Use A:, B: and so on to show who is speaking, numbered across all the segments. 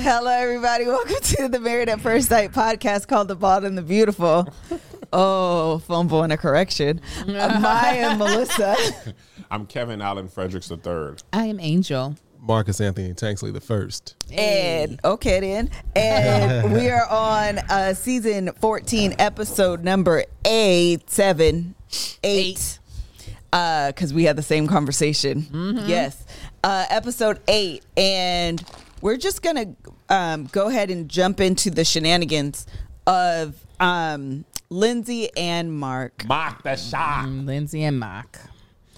A: Hello, everybody. Welcome to the Married at First Sight podcast called The Bald and the Beautiful. Oh, fumble and a correction. Uh, Maya and Melissa.
B: I'm Kevin Allen Fredericks III.
C: I am Angel.
D: Marcus Anthony Tanksley the first.
A: And okay then. And we are on uh season 14, episode number eight, seven, eight. Uh, because we had the same conversation. Yes. Uh episode eight. And we're just gonna um go ahead and jump into the shenanigans of um Lindsay and Mark.
B: Mock the shock.
C: Lindsay and Mock.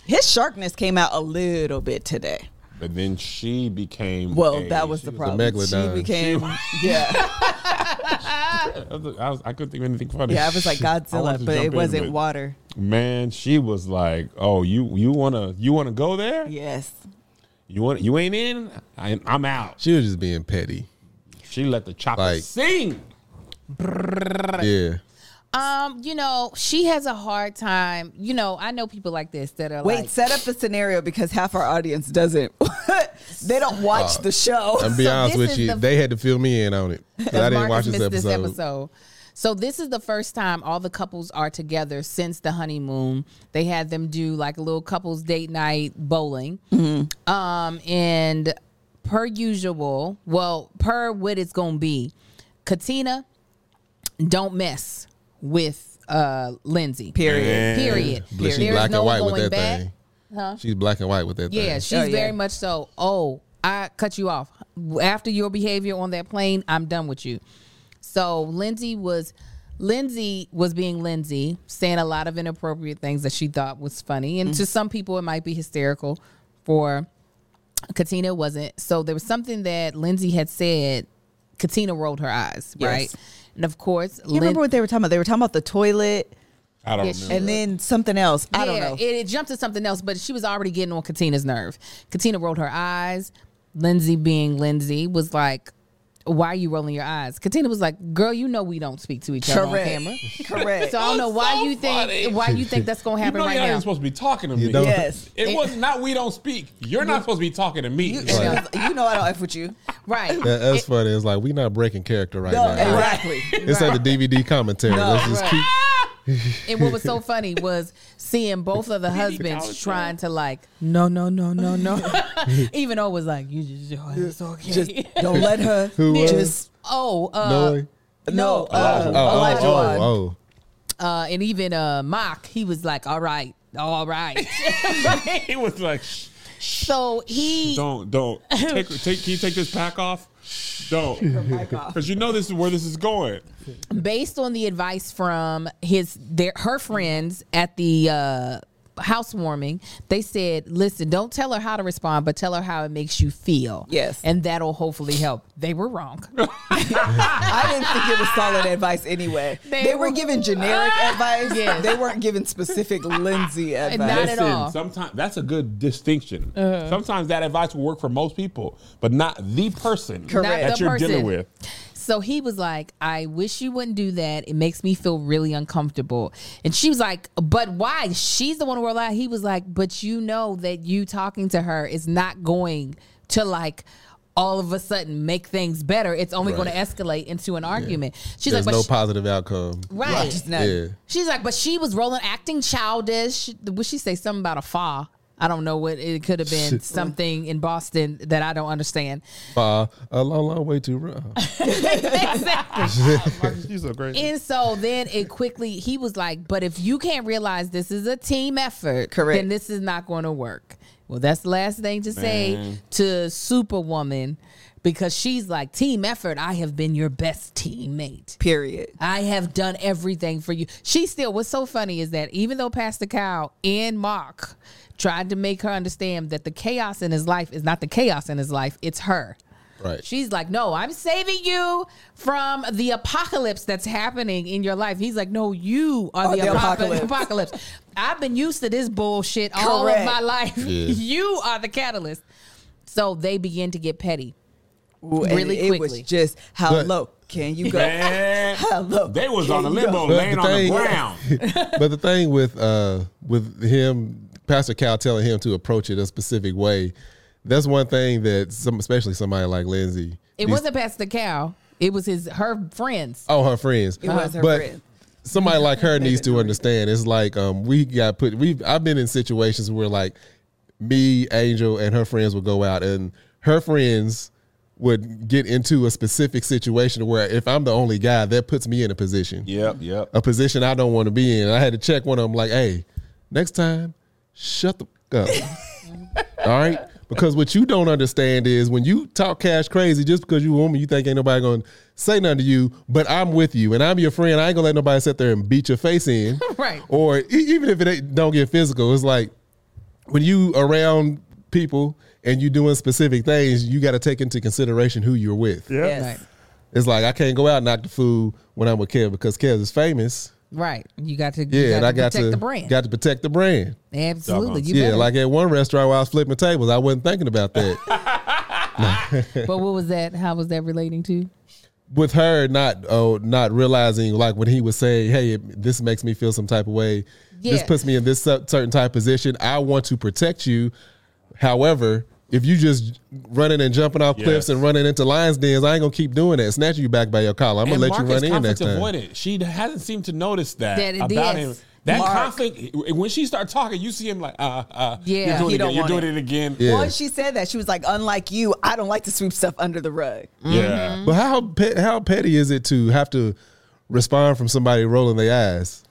A: His sharpness came out a little bit today.
B: But then she became.
A: Well,
B: a-
A: that was the
B: she
A: problem.
D: megalodon.
A: she became Yeah.
B: I, was, I couldn't think of anything funny.
A: Yeah, I was like
B: I wanted
A: Godzilla,
B: to
A: but
B: jump
A: it
B: in,
A: wasn't
B: but-
A: water.
B: Man, she was like, "Oh, you you wanna you wanna go there?
A: Yes.
B: You want you ain't in? I, I'm out."
D: She was just being petty.
B: She let the chopper
D: Like-
B: sing.
D: Yeah.
C: Um, you know, she has a hard time. You know, I know people like this that are
A: Wait,
C: like,
A: set up the scenario because half our audience doesn't. they don't watch the show.
D: I'm be
C: So
D: honest
C: this
D: with
C: is
D: you.
C: the-
D: they had to fill me in on it. 'Cause I didn't
C: Marcus
D: watch this
C: missed
D: episode.
C: this episode. So this is the first time all the couples are together since the honeymoon. They had them do like a little couples date night bowling.
D: Mm-hmm.
C: Um, and per usual, well, per what it's gonna be, Katina, don't mess with uh Lindsay.
A: Period.
B: Man,
C: Period.
D: But she's
C: There's
D: black
C: no
D: and white with
C: going
D: that
C: back.
D: thing. She's black and white with that
C: Yeah,
D: thing.
C: she's
A: Oh, yeah.
C: very much so. Oh, I cut you off after your behavior on that plane. I'm done with you. So Lindsay was, Lindsay was being Lindsay, saying a lot of inappropriate things that she thought was funny,
A: Mm-hmm.
C: and to some people it might be hysterical. For Katina wasn't. So there was something that Lindsay had said. Katina rolled her eyes,
A: Yes.
C: right? And of course,
A: You remember what they were talking about? They were talking about the toilet
B: I don't
C: Yeah,
B: remember.
C: she-
A: and then something else. I don't
C: Yeah,
A: know.
C: It, it jumped to something else, but she was already getting on Katina's nerve. Katina rolled her eyes. Lindsay, being Lindsay, was like, "Why are you rolling your eyes?" Katina was like, "Girl, you know we don't speak to each other
A: Correct.
C: on camera,
A: Correct.
C: so I don't know why
B: so
C: you think
B: funny.
C: why you think that's gonna
B: you
C: happen
B: know
C: right
B: you're not
C: now."
B: even supposed to be talking to me.
D: don't-
A: yes.
B: It was not. We don't speak. You're not supposed to be talking to me.
A: You, you know, you know I don't F with you.
C: right?
D: That- that's funny. It's like we not breaking character right
A: No,
D: now.
A: exactly.
D: It's like the DVD commentary. Let's just
C: right.
D: keep.
C: And what was so funny was seeing both of the husbands
B: college
C: trying to like, no, no, no, no, no. even though it was like, you just, oh, it's okay.
A: Just don't let her
D: Who was?
A: just
C: oh, uh,
D: No.
A: no. Uh,
D: oh, oh,
A: Elijah
D: oh,
A: Wan.
D: oh.
C: uh, and even uh, Mock, he was like, all right, all right.
B: it was like, "Shh,
C: so he
B: don't, don't take, take. Can you take this pack off? Don't, because you know this is where this is going.
C: based on the advice from his their her friends at the uh housewarming they said listen don't tell her how to respond but tell her how it makes you feel
A: Yes.
C: and that'll hopefully help they were wrong
A: I didn't think it was solid advice anyway. They,
C: They
A: were,
C: were-
A: giving generic advice.
C: Yes.
A: They weren't giving specific Lindsay advice.
C: Not at
B: Listen,
C: all.
B: sometimes that's a good distinction. Sometimes that advice will work for most people, but not the person
A: Correct.
B: that
C: Not the
B: you're
C: person.
B: dealing with.
C: so he was like i wish you wouldn't do that it makes me feel really uncomfortable and she was like but why she's the one who allowed he was like but you know that you talking to her is not going to like all of a sudden make things better it's only going to escalate into an argument she's like
D: There's
C: but
D: no
C: she-
D: positive outcome.
C: Right.
A: Just not-
D: Yeah.
C: She's like, but she was rolling, acting childish. Would she say something about a fa? I don't know what it could have been. something in Boston that I don't understand.
D: Uh, a long, long way too rough.
C: exactly.
D: She's so great.
C: And so then it quickly he was like, but if you can't realize this is a team effort,
A: Correct.
C: then this is not going to work. Well, that's the last thing to say to Superwoman because she's like, team effort. I have been your best teammate.
A: Period.
C: I have done everything for you. She still, what's so funny is that even though Pastor Cow and Mark tried to make her understand that the chaos in his life is not the chaos in his life, it's her.
D: Right.
C: She's like, no, I'm saving you from the apocalypse that's happening in your life. He's like, no, you are
A: Are
C: the,
A: Oh, the
C: apocalypse.
A: apocalypse.
C: apocalypse. I've been used to this bullshit all of
A: Correct.
C: my life.
D: Yeah.
C: you are the catalyst. So they begin to get petty.
A: Ooh, and
C: Really
A: it
C: quickly.
A: was just how
D: But-
A: low can you go?
E: Man,
A: Hello.
E: they was on a
A: Here you
E: limbo,
D: But
E: laying
D: the
E: on the
D: thing-
E: ground.
D: but the thing with uh with him, Pastor Cal telling him to approach it a specific way, that's one thing that some, especially somebody like Lindsay.
C: It
D: these-
C: wasn't Pastor Cow. It was his her friends.
D: Oh, her friends.
A: It was her
D: but
A: friend.
D: Somebody like her needs to understand. It's like um, we got put. We have I've been in situations where like me, Angel, and her friends would go out, and her friends would get into a specific situation where if I'm the only guy, that puts me in a position,
E: Yep, yep.
D: a position I don't want to be in. I had to check one of them. Like, hey, next time, shut the f- up. All right. Because what you don't understand is when you talk cash crazy, just because you a woman, you think ain't nobody gonna say nothing to you, but I'm with you and I'm your friend. I ain't gonna let nobody sit there and beat your face in.
C: Right.
D: Or e- even if it ain't- don't get physical, it's like when you around people and you doing specific things, you gotta take into consideration who you're with.
A: Yes.
C: Right.
D: It's like I can't go out and knock the food when I'm with Kev because Kev is famous.
C: Right. You got to
D: Yeah,
C: you
D: and I got
C: protect
D: to
C: the brand.
D: got to protect the brand.
C: Absolutely. You
D: yeah,
C: better.
D: like at one restaurant where I was flipping tables, I wasn't thinking about that.
C: But what was that? How was that relating to?
D: with her not oh not realizing like when he was saying hey it, this makes me feel some type of way this
C: Yeah.
D: puts me in this cer- certain type of position i want to protect you however if you just running and jumping off cliffs and running into lions dens i ain't gonna keep doing that snatch you back by your collar i'm gonna
E: And
D: let
E: Mark
D: you
E: is
D: run in next
E: conflict
D: time
E: avoidant. She hasn't seemed to notice that,
C: That it
E: about
C: is.
E: him. That
A: Mark.
E: conflict when she start talking, you see him like, uh, uh,
C: Yeah.
E: you're doing
C: He
E: it again.
A: don't
E: You're
A: want
E: doing it, again.
D: Yeah.
A: Once she said that, she was like, unlike you, I don't like to sweep stuff under the rug.
E: yeah.
D: but how pe- how petty is it to have to respond from somebody rolling their eyes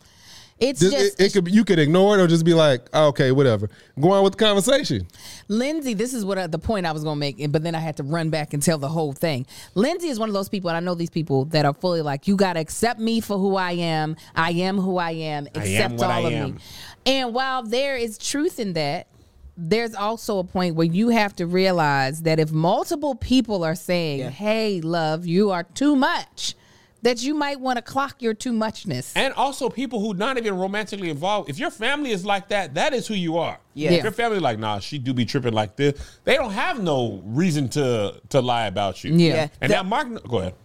C: It's
D: Just-
C: just
D: it, it could be- you could ignore it or just be like "Oh, okay whatever go on with the conversation
C: Lindsay, this is what I, the point I was going to make, but then I had to run back and tell the whole thing. Lindsay is one of those people, and I know these people that are fully like, you got to accept me for who I am. I am who I am.
E: am
C: Accept
E: what
C: all
E: I
C: of me.
E: am.
C: And while there is truth in that, there's also a point where you have to realize that if multiple people are saying, hey, love, you are too much, that you might want to clock your too muchness.
E: And also people who not even romantically involved. If your family is like that, that is who you are.
A: Yeah.
E: If your family like, nah, she do be tripping like this. They don't have no reason to to lie about you.
C: Yeah. Yeah.
E: And now Mark, go ahead.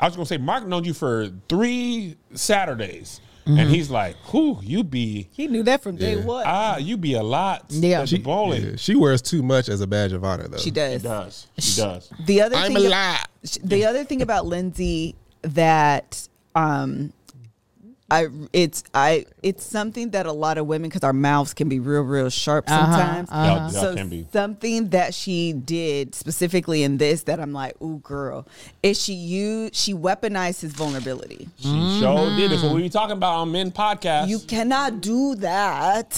E: I was gonna say Mark known you for three Saturdays, and he's like, "Who you be?
A: He knew that from day one.
E: Ah, you be a lot.
C: Yeah.
E: at the bowling.
D: Yeah, she wears too much as a badge of honor though
A: she does.
E: Does she does?
A: The other
D: I'm
A: thing
D: alive.
A: sh- the other thing about Lindsay that um I it's I it's something that a lot of women cuz our mouths can be real real sharp sometimes.
E: Y'all- y'all
A: So
E: can be.
A: something that she did specifically in this that I'm like, "Ooh girl." Is she you she weaponized his vulnerability.
E: She sure did. It's what we be talking about on Men Podcast.
A: You cannot do that.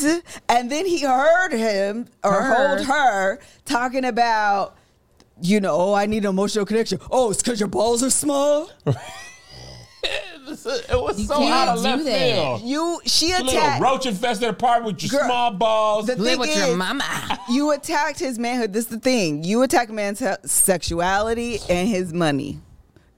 A: And then he heard him or
C: Her.
A: heard her talking about, you know, oh, I need an emotional connection. Oh, it's because your balls are small.
E: it was so
C: can't
E: out of
C: do
E: left
C: that.
E: field.
A: You, she
E: You little
A: attacked.
E: roach infested apartment with your
A: Girl.
E: small balls.
A: The
C: Live
A: thing
C: with
A: is,
C: your mama.
A: you attacked his manhood. This is the thing. You attack a man's he- sexuality and his money.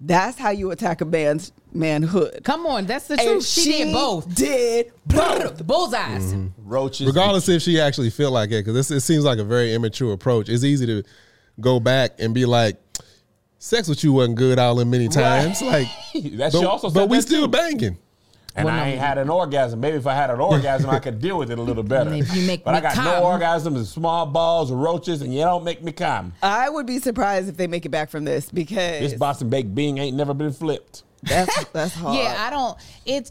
A: That's how you attack a man's manhood.
C: Come on, that's the
A: And
C: truth. She, did both.
A: Did both.
C: Bullseyes.
E: Mm-hmm. Roaches.
D: regardless if she actually feel like it because it seems like a very immature approach it's easy to go back and be like sex with you wasn't good all in many times like
E: That
D: but,
E: she also
D: but
E: said
D: we
E: that
D: still
E: too.
D: banging
E: And I ain't had an orgasm. Maybe if I had an orgasm, I could deal with it a little better.
C: If you make
E: but I
C: me
E: got
C: come.
E: no orgasms and small balls and roaches, and you don't make me come.
A: I would be surprised if they make it back from this
E: This
A: because
E: Boston baked bean ain't never been flipped.
A: that's that's hard.
C: Yeah, I don't. It's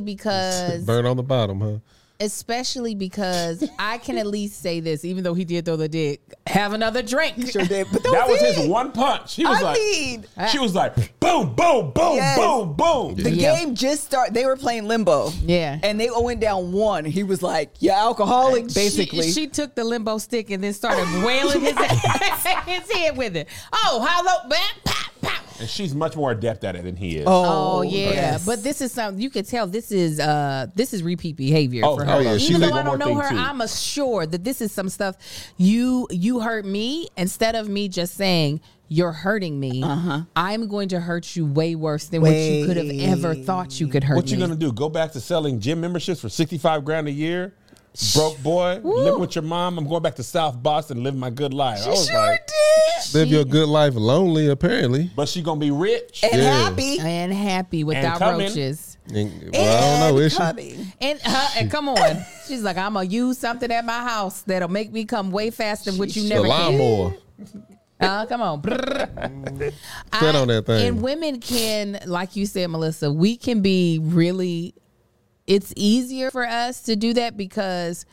C: because,
D: burn on the bottom huh
C: especially because I can at least say this, even though he did throw the dick, have another drink.
A: sure did. But
E: That was his
A: it.
E: one punch. He was
A: I
E: like,
A: mean-
E: she was like, boom, boom, boom,
A: Yes.
E: boom, boom.
A: The
C: Yeah.
A: game just started. They were playing limbo.
C: Yeah.
A: And they went down one. He was like, "You're alcoholic, basically."
C: she, she took the limbo stick and then started wailing his, his head with it. Oh, how low, bam, pop, pop.
E: And she's much more adept at it than he is.
C: Oh yeah,
A: yes.
C: but this is something you can tell. This is uh, this is repeat behavior
E: Oh,
C: for her.
E: oh, yeah,
C: Even
D: she
C: though
D: did-
C: I don't
E: one
C: know
E: more
C: her,
E: thing, too.
C: I'm assured that this is some stuff you you hurt me instead of me just saying you're hurting me. Uh-huh. I'm going to hurt you way worse than what you could have ever thought you could hurt
E: What
C: me.
E: you gonna do? Go back to selling gym memberships for sixty five grand a year? Broke boy, living with your mom. I'm going back to South Boston, living my good life. I was like,
D: Live your good life lonely, apparently.
E: but she gonna be rich.
A: and
D: Yeah.
A: happy.
C: and happy without
E: coming.
C: roaches.
D: And- well, I don't know. Is she?
A: Coming.
C: And, uh, and come on, she's like, I'm gonna use something at my house that'll make me come way faster than what you
D: The
C: never can.
D: lawnmower.
C: Uh, come on, Brrr.
D: Sit on that thing.
C: And women can, like you said, Melissa, we can be really. It's easier for us to do that because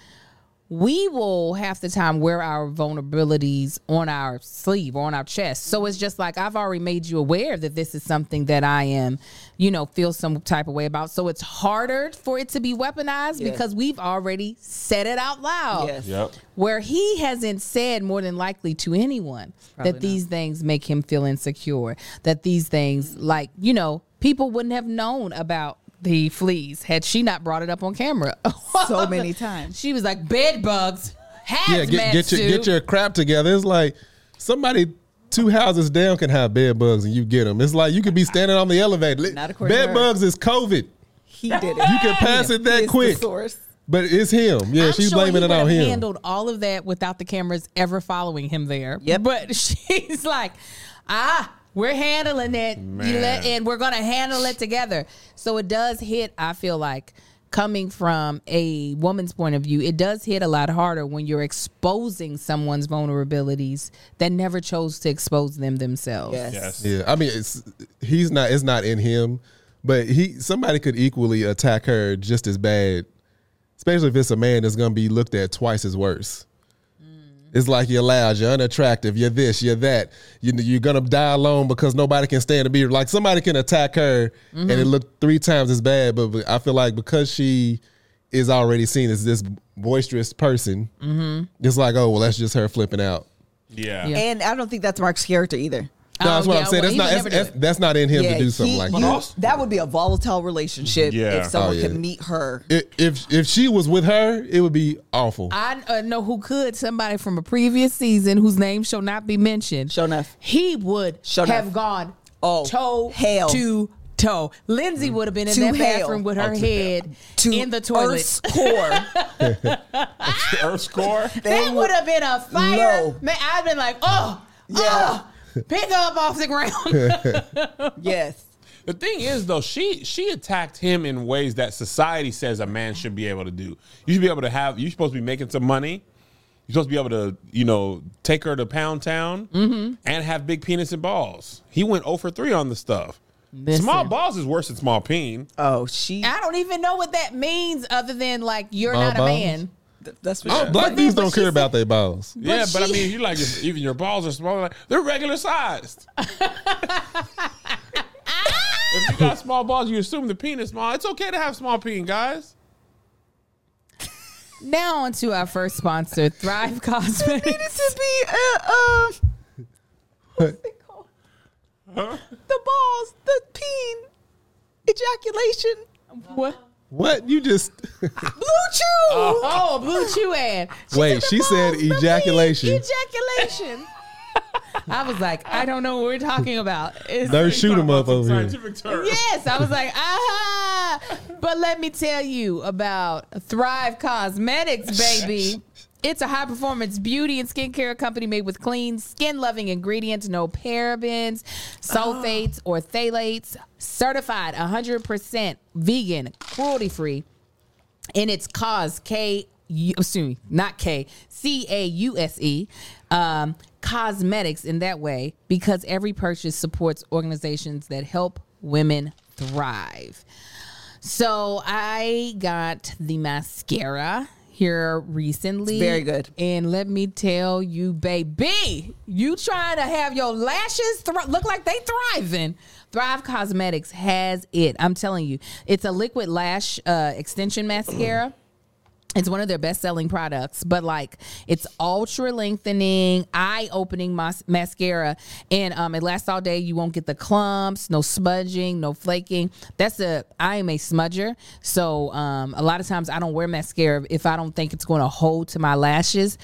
C: we will half the time wear our vulnerabilities on our sleeve or on our chest. So it's just like I've already made you aware that this is something that I am, you know, feel some type of way about. So it's harder for it to be weaponized
A: Yes.
C: because we've already said it out loud
A: Yes.
E: Yep.
C: where he hasn't said more than likely to anyone that these things make him feel insecure, that these things, like, you know, people wouldn't have known about the fleas had she not brought it up on camera.
A: So many times.
C: She was like, bed bugs, hazmat
D: yeah, get, get your
C: suit."
D: get your crap together. It's like somebody two houses down can have bed bugs and you get them. It's like you could be standing on the elevator. Li-
A: Not according to
D: bed
A: her.
D: bugs is COVID.
A: He did it.
D: You can pass it
A: He
D: that
A: is the
D: quick,
A: source.
D: but it's him. Yeah,
C: I'm
D: she's
C: sure
D: blaming
C: he
D: it on
C: would've
D: him.
C: Handled all of that without the cameras ever following him there.
A: Yep.
C: But she's like, ah, we're handling it, you let, and we're gonna handle it together. So it does hit. I feel like coming from a woman's point of view, it does hit a lot harder when you're exposing someone's vulnerabilities that never chose to expose them themselves.
A: Yes.
D: Yeah, I mean, it's he's not. It's not in him, but he somebody could equally attack her just as bad, especially if it's a man that's gonna be looked at twice as worse. It's like you're loud, you're unattractive, you're this, you're that. You, you're gonna die alone because nobody can stand to be like somebody can attack her, and it looked three times as bad. But, but I feel like because she is already seen as this boisterous person, it's like oh well, that's just her flipping out.
E: Yeah.
C: Yeah.
A: And I don't think that's Mark's character either.
D: No, that's
C: Oh,
D: what
C: yeah,
D: I'm saying.
C: well,
D: that's
C: he
D: not
C: would
D: that's,
C: never do
D: that's,
C: it.
D: not in him
A: Yeah,
D: to do something
A: he-
D: like
A: you-
D: that.
A: That would be a volatile relationship
E: Yeah.
A: if someone
D: Oh, yeah.
A: could meet her.
D: I- if if she was with her, it would be awful.
C: I uh, know who could somebody from a previous season whose name shall not be mentioned.
A: Sure enough.
C: he would
A: Sure
C: have
A: enough.
C: gone
A: Oh,
C: toe
A: hell.
C: to toe. Lindsay would have been in
A: To
C: that
A: hell.
C: bathroom with her
E: to
C: head
A: To
C: in the toilet.
A: Earth's core.
E: Earth score.
C: that would have been a fire.
A: Low.
C: Man, I've been like, oh,
A: Yeah.
C: oh, pick up off the ground.
A: yes.
E: The thing is, though, she she attacked him in ways that society says a man should be able to do. You should be able to have. You're supposed to be making some money. You're supposed to be able to, you know, take her to Pound Town and have big penis and balls. He went 0 for 3 on the stuff.
C: Listen.
E: Small balls is worse than small peen.
A: Oh, she.
C: I don't even know what that means, other than like you're
D: My
C: not a
D: balls?
C: man.
A: th- that's what.
D: Oh, black
C: then
D: dudes
C: when
D: don't
C: she
D: care
C: said-
D: about their balls.
E: yeah, but I
C: she-
E: mean, you like if even your balls are small. Like, they're regular sized. if you got small balls, you assume the penis small. It's okay to have small peen, guys.
C: Now on to our first sponsor, Thrive
A: needed
C: Cosmetics.
A: to be. Uh, uh, what's it called? The balls, the peen, ejaculation,
C: what?
D: What you just
A: blue chew.
C: Oh, blue chew ad.
D: wait? She said ejaculation.
C: Ejaculation. I was like, I don't know what we're talking about. It's-
D: Don't shoot him up over here.
E: Scientific term.
C: Yes, I was like, aha. But let me tell you about Thrive Cosmetics, baby. It's a high performance beauty and skincare company made with clean, skin loving ingredients, no parabens, sulfates, or phthalates. Certified 100% vegan, cruelty free. And it's cause K U excuse me, not K C A U S E um, cosmetics in that way because every purchase supports organizations that help women thrive. So I got the mascara here recently.
A: Very good.
C: And let me tell you, baby, you trying to have your lashes thri- look like they thriving. Thrive Cosmetics has it. I'm telling you, it's a liquid lash uh, extension mascara. It's one of their best selling products, but like it's ultra lengthening, eye opening mas- mascara, and um, it lasts all day. You won't get the clumps, no smudging, no flaking. That's a I am a smudger, so um, a lot of times I don't wear mascara if I don't think it's going to hold to my lashes.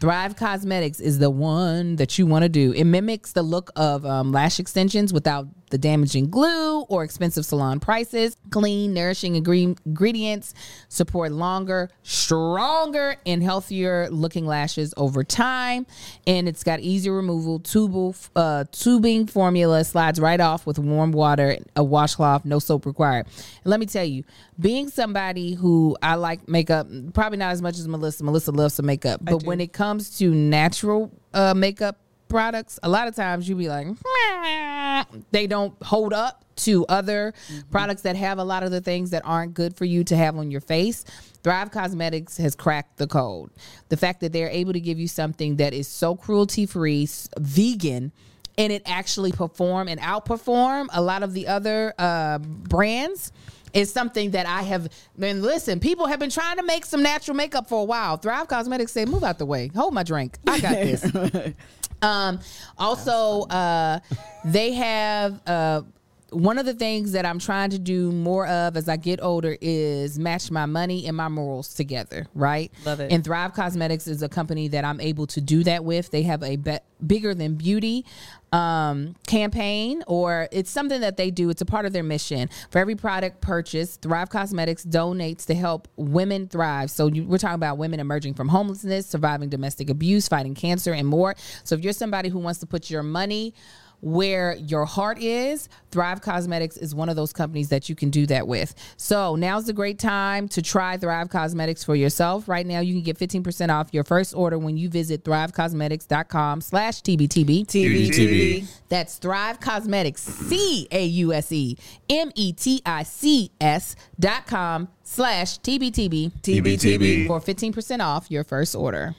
C: Thrive Cosmetics is the one that you want to do. It mimics the look of um, lash extensions without the damaging glue or expensive salon prices. Clean, nourishing ingre- ingredients support longer, stronger, and healthier looking lashes over time. And it's got easy removal, tubal, uh, tubing formula slides right off with warm water, a washcloth, no soap required. And let me tell you, being somebody who I like makeup, probably not as much as Melissa. Melissa loves some makeup, but when it comes to natural uh, makeup products, a lot of times you be like, "Meh." they don't hold up to other products that have a lot of the things that aren't good for you to have on your face. Thrive Cosmetics has cracked the code. The fact that they're able to give you something that is so cruelty free, vegan, and it actually perform and outperform a lot of the other uh, brands is something that I have been listen, people have been trying to make some natural makeup for a while. Thrive Cosmetics say, move out the way. Hold my drink. I got this. um, also, uh, they have uh, one of the things that I'm trying to do more of as I get older is match my money and my morals together, right?
A: Love it.
C: And Thrive Cosmetics is a company that I'm able to do that with. They have a be- bigger than beauty um, campaign, or it's something that they do. It's a part of their mission. For every product purchase, Thrive Cosmetics donates to help women thrive. So you, we're talking about women emerging from homelessness, surviving domestic abuse, fighting cancer, and more. So if you're somebody who wants to put your money where your heart is, Thrive Cosmetics is one of those companies that you can do that with. So now's the great time to try Thrive Cosmetics for yourself. Right now, you can get 15% off your first order when you visit thrivecosmetics.com slash TBTB.
A: TV, TV.
C: That's Thrive Cosmetics, C A U S E M E T I C S dot com slash TBTB
A: TBTB.
C: for 15% off your first order.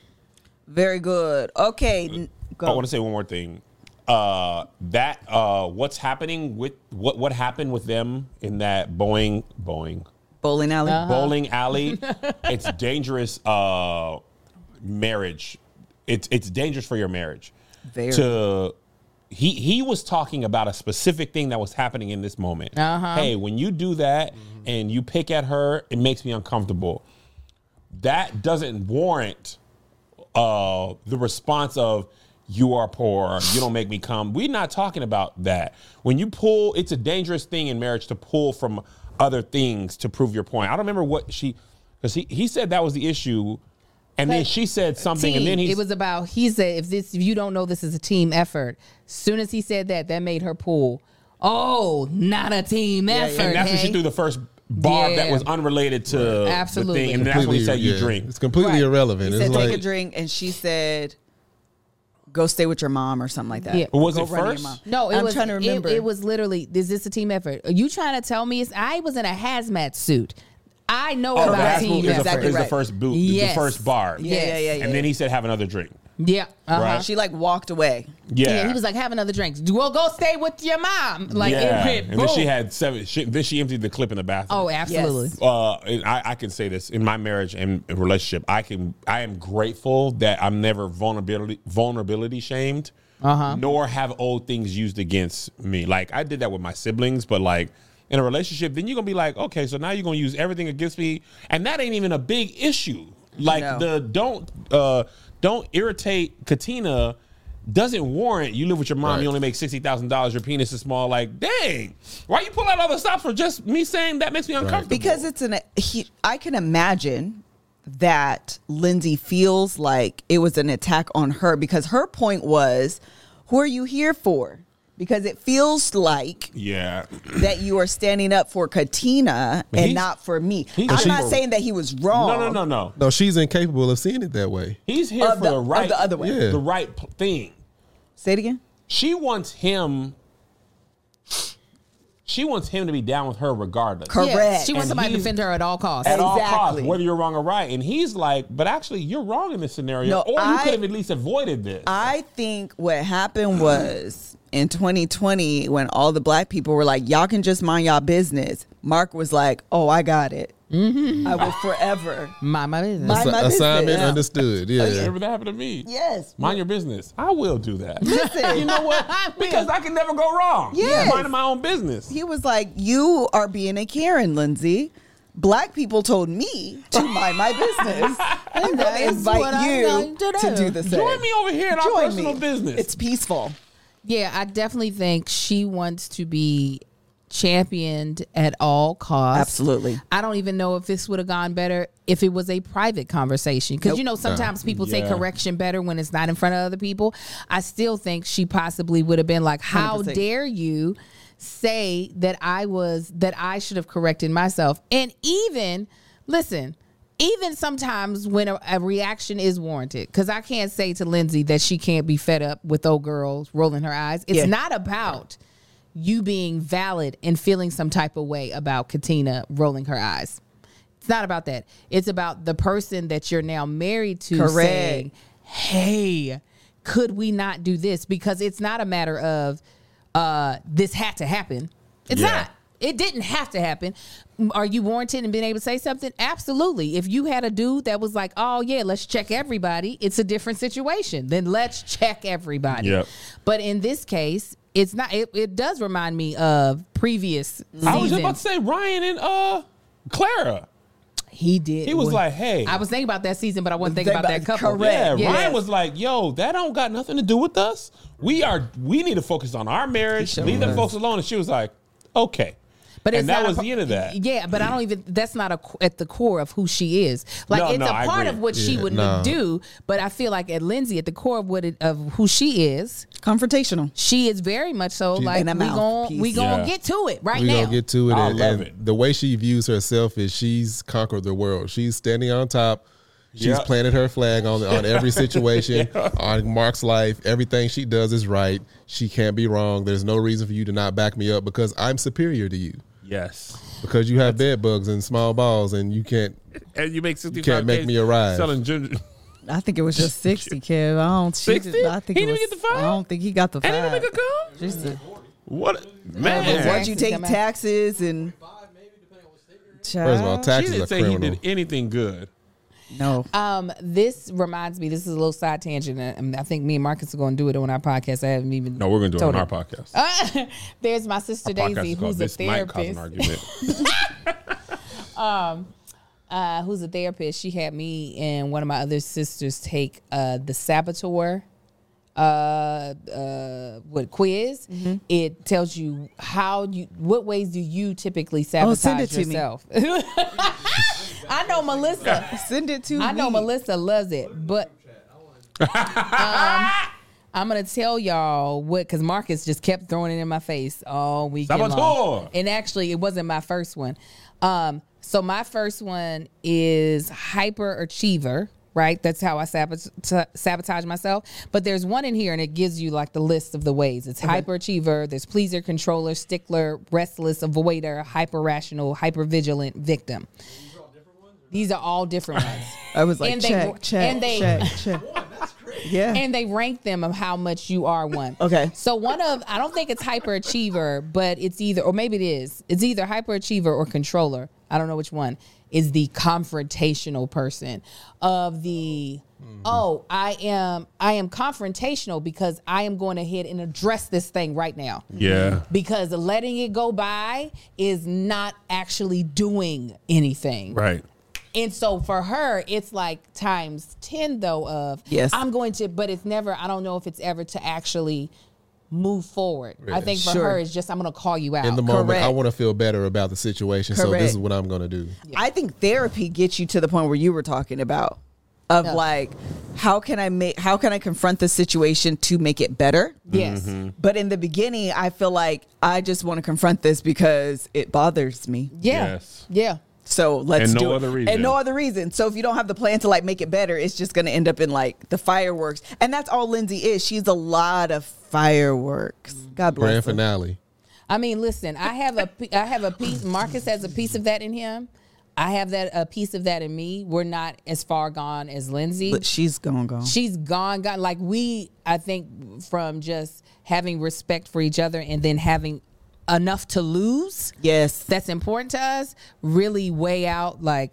A: Very good. Okay. n-
C: Oh.
A: Go.
E: I want to say one more thing. Uh, that uh, what's happening with what what happened with them in that Boeing Boeing
A: Bowling alley.
C: Uh,
E: bowling alley? it's dangerous. Uh, marriage. It's it's dangerous for your marriage.
A: Very.
E: To he he was talking about a specific thing that was happening in this moment. Hey, when you do that and you pick at her, it makes me uncomfortable. That doesn't warrant uh, the response of you are poor, you don't make me come. We're not talking about that. When you pull, it's a dangerous thing in marriage to pull from other things to prove your point. I don't remember what she, because he, he said that was the issue, and then
C: But
E: she said something,
C: team.
E: and then he
C: it was about he said if this if you don't know this is a team effort. Soon as he said that, that made her pull. Oh, not a team effort.
E: and that's when
C: hey?
E: she threw the first bar that
C: Yeah.
E: was unrelated to
C: Absolutely.
E: the thing, and that's when he said you
D: yeah,
E: drink.
D: It's completely
C: Right.
D: irrelevant.
A: He
D: It's
A: said,
D: like,
A: take a drink, and she said, go stay with your mom or something like that.
C: Yeah.
E: But was
A: Go
E: it
A: run to your
E: first?
A: mom.
C: No, it
A: I'm
C: was,
A: trying to
C: it-
A: remember.
C: It, was literally, is this a team effort? Are you trying to tell me it's, I was in a hazmat suit? I know
E: Oh,
C: about
E: that's what
C: team
E: is, the,
C: effort.
E: fir-
A: Exactly
E: is the
A: right.
E: first boot,
C: Yes.
E: the first bar.
C: Yeah, yeah,
A: yeah, yeah,
E: And then he said, have another drink.
C: Yeah. Uh-huh.
E: Right.
A: She like walked away.
E: Yeah.
C: Yeah, he was like, have another drink. Well, go stay with your mom. Like,
E: yeah.
C: it went,
E: and then she
C: boom.
E: had seven. She, then she emptied the clip in the bathroom.
C: Oh, absolutely.
A: Yes.
E: Uh, and I, I can say this in my marriage and relationship. I can. I am grateful that I'm never vulnerability vulnerability shamed, nor have old things used against me. Like I did that with my siblings, but like in a relationship, then you're gonna be like, okay, so now you're gonna use everything against me, and that ain't even a big issue. Like
A: No.
E: the don't uh, don't irritate Katina. Doesn't warrant you live with your mom. You
D: Right.
E: only make sixty thousand dollars. Your penis is small. Like, dang, why you pull out all the stops for just me saying that makes me uncomfortable?
A: because it's an he, i can imagine that lindsay feels like it was an attack on her because her point was who are you here for because it feels like
E: Yeah.
A: that you are standing up for Katina
E: But
A: and
E: he's-
A: not for me.
E: he's
A: I'm not
E: here-
A: saying that he was wrong.
E: No, no, no, no.
D: no, she's incapable of seeing it that way.
E: He's here
A: Of
E: for
A: the-
E: the,
A: of
E: right
A: the other way.
D: Yeah.
E: The right p- thing.
A: Say it again.
E: She wants him She wants him to be down with her regardless.
A: Correct.
C: Yeah, she
E: And
C: wants somebody to
E: he's-
C: defend her at all costs.
E: At all costs,
A: Exactly.
E: whether you're wrong or right. And he's like, but actually you're wrong in this scenario.
A: No,
E: or you
A: I-
E: could have at least avoided this.
A: I think what happened was in 2020 when all the black people were like, "Y'all can just mind y'all business." Mark was like, "Oh, I got it.
E: Mm-hmm.
A: I will forever."
C: my, my business.
A: My- Mind
D: Assi- assignment
A: business. Yeah.
D: understood. Yeah.
E: Remember that happened to me.
A: Yes.
E: Mind your business. I will do that.
A: Listen.
E: you know what? Because I can never go wrong.
A: Yes.
E: Minding my own business.
A: He was like, "You are being a Karen, Lindsay." black people told me to mind my business. I'm going
C: that
A: to
C: is what
A: invite
C: I'm
A: you
C: going to
A: to
C: do.
A: do the same.
E: Join me over here in our
A: Join
E: personal
A: me.
E: business.
A: It's peaceful.
C: Yeah, I definitely think she wants to be championed at all costs.
A: Absolutely.
C: I don't even know if this would have gone better if it was a private conversation. Because, you know, sometimes people take
E: yeah.
C: correction better when it's not in front of other people. I still think she possibly would have been like, How
A: 100%.
C: dare you say that I was, that I should have corrected myself? And even, listen, even sometimes when a, a reaction is warranted, because I can't say to Lindsay that she can't be fed up with old girls rolling her eyes. It's
A: Yeah.
C: not about you being valid and feeling some type of way about Katina rolling her eyes. It's not about that. It's about the person that you're now married to
A: Correct.
C: saying, "Hey, could we not do this?" Because it's not a matter of uh, this had to happen. It's
E: Yeah.
C: not. It didn't have to happen. Mm, Are you warranted in being able to say something? Absolutely. If you had a dude that was like, "Oh yeah, let's check everybody," it's a different situation. Then let's check everybody.
E: Yep.
C: But in this case, it's not. It, it does remind me of previous
E: I was just about to
C: seasons.
E: say Ryan and uh Clara.
C: He did.
E: He was
C: what-
E: like, "Hey,
C: I was thinking about that season, but I wasn't thinking
A: Think
C: about that
A: about-
C: couple.
A: correct.
E: Yeah,
C: Yeah.
E: Ryan was like, "Yo, that don't got nothing to do with us. We are we need to focus on our marriage.
A: sure
E: Leave them
A: was.
E: folks alone." And she was like, "Okay."
C: But
E: and
C: it's
E: that
C: not a
E: was
C: par-
E: the end of that.
C: Yeah, but I don't even. That's not a, at the core of who she is. Like
E: No,
C: it's
E: no,
C: a
E: I
C: part
E: agree.
C: of what she
D: Yeah,
C: would
D: no.
C: do. But I feel like at Lindsay, at the core of what it, of who she is,
A: Confrontational.
C: she is very much so like
A: And a
C: we
A: mouthpiece.
C: gon' we gonna
E: Yeah.
C: get to it right
D: we
C: now.
D: gonna get to it.
E: I
D: and,
E: love
D: and
E: it.
D: The way she views herself is she's conquered the world. She's standing on top. She's
E: Yeah.
D: planted her flag on on every situation, on Mark's life. Everything she does is right. She can't be wrong. There's no reason for you to not back me up because I'm superior to you.
E: Yes,
D: Because you have bed bugs and small balls, and you can't.
E: and you make sixty.
D: can't make me arrive.
E: selling ginger.
A: I think it was just 60, Kev. I don't she
E: 60?
A: did- I think
E: He
A: it
E: didn't
A: was-
E: get the five?
A: I don't think he got the
E: And then
A: five.
E: make a come.
A: Just a-
E: What
C: Yeah,
E: man?
C: but
A: once you
C: Taxes
A: take
C: come out.
A: taxes and.
D: First of all,
E: She
D: taxes
E: didn't
D: are
E: say
D: criminal.
E: he did anything good.
A: no.
C: Um, this reminds me. This is a little side tangent. And I think me and Marcus are going to do it on our podcast. I haven't even.
E: No, we're gonna do it
C: told
E: on our
C: him.
E: podcast.
C: There's my sister
E: Podcast
C: Uh, Daisy,
E: is called
C: who's a
E: This Might Cause an
C: therapist.
E: Argument.
C: uh, who's a therapist, she had me and one of my other sisters take uh, the Saboteur uh, uh, what quiz.
A: Mm-hmm.
C: It tells you how you, what ways do you typically sabotage
A: Oh, send it to me.
C: yourself. I know Melissa.
A: Send it to
C: I know
A: me.
C: Melissa loves it, but. Um, I'm gonna tell y'all what because Marcus just kept throwing it in my face all weekend. long.
E: Saboteur.
C: And actually, it wasn't my first one. Um, so my first one is hyperachiever, right? That's how I sabotage, sabotage myself. But there's one in here, and it gives you like the list of the ways. It's hyperachiever. There's pleaser, controller, stickler, restless, avoider, hyper rational, hyper vigilant, victim. These are all different ones.
A: I was like,
C: and they-
A: check, check,
C: and they-
A: check, check. Yeah.
C: and they rank them of how much you are one.
A: Okay.
C: So one of I don't think it's hyperachiever, but it's either or maybe it is. It's either hyperachiever or controller. I don't know which one is the confrontational person of the
A: Mm-hmm.
C: oh, I am I am confrontational because I am going ahead and address this thing right now
E: yeah.
C: because letting it go by is not actually doing anything.
E: Right.
C: And so for her, it's like times 10 though of
A: Yes.
C: I'm going to, but it's never, I don't know if it's ever to actually move forward. I think for
A: Sure.
C: her, it's just I'm going to call you out.
D: In the moment, I
A: Oh, Correct.
D: want to feel better about the situation, so
A: Correct.
D: this is what I'm gonna do.
A: I think therapy gets you to the point where you were talking about of
C: Yeah.
A: like how can I make how can I confront this situation to make it better?
C: yes.
A: But in the beginning, I feel like I just want to confront this because it bothers me.
C: Yeah.
E: Yes.
C: Yeah.
A: So let's
E: And no
A: do it.
E: other reason.
A: And no other reason. So if you don't have the plan to like make it better, it's just going to end up in like the fireworks. And that's all Lindsay is. She's a lot of fireworks. God
D: Grand
A: bless her.
D: finale.
C: I mean, listen, I have a, p- I have a piece, Marcus has a piece of that in him. I have that, a piece of that in me. We're not as far gone as Lindsay.
A: But she's gone gone.
C: she's gone gone like we i think from just having respect for each other and then having enough to lose
A: yes.
C: that's important to us really weigh out like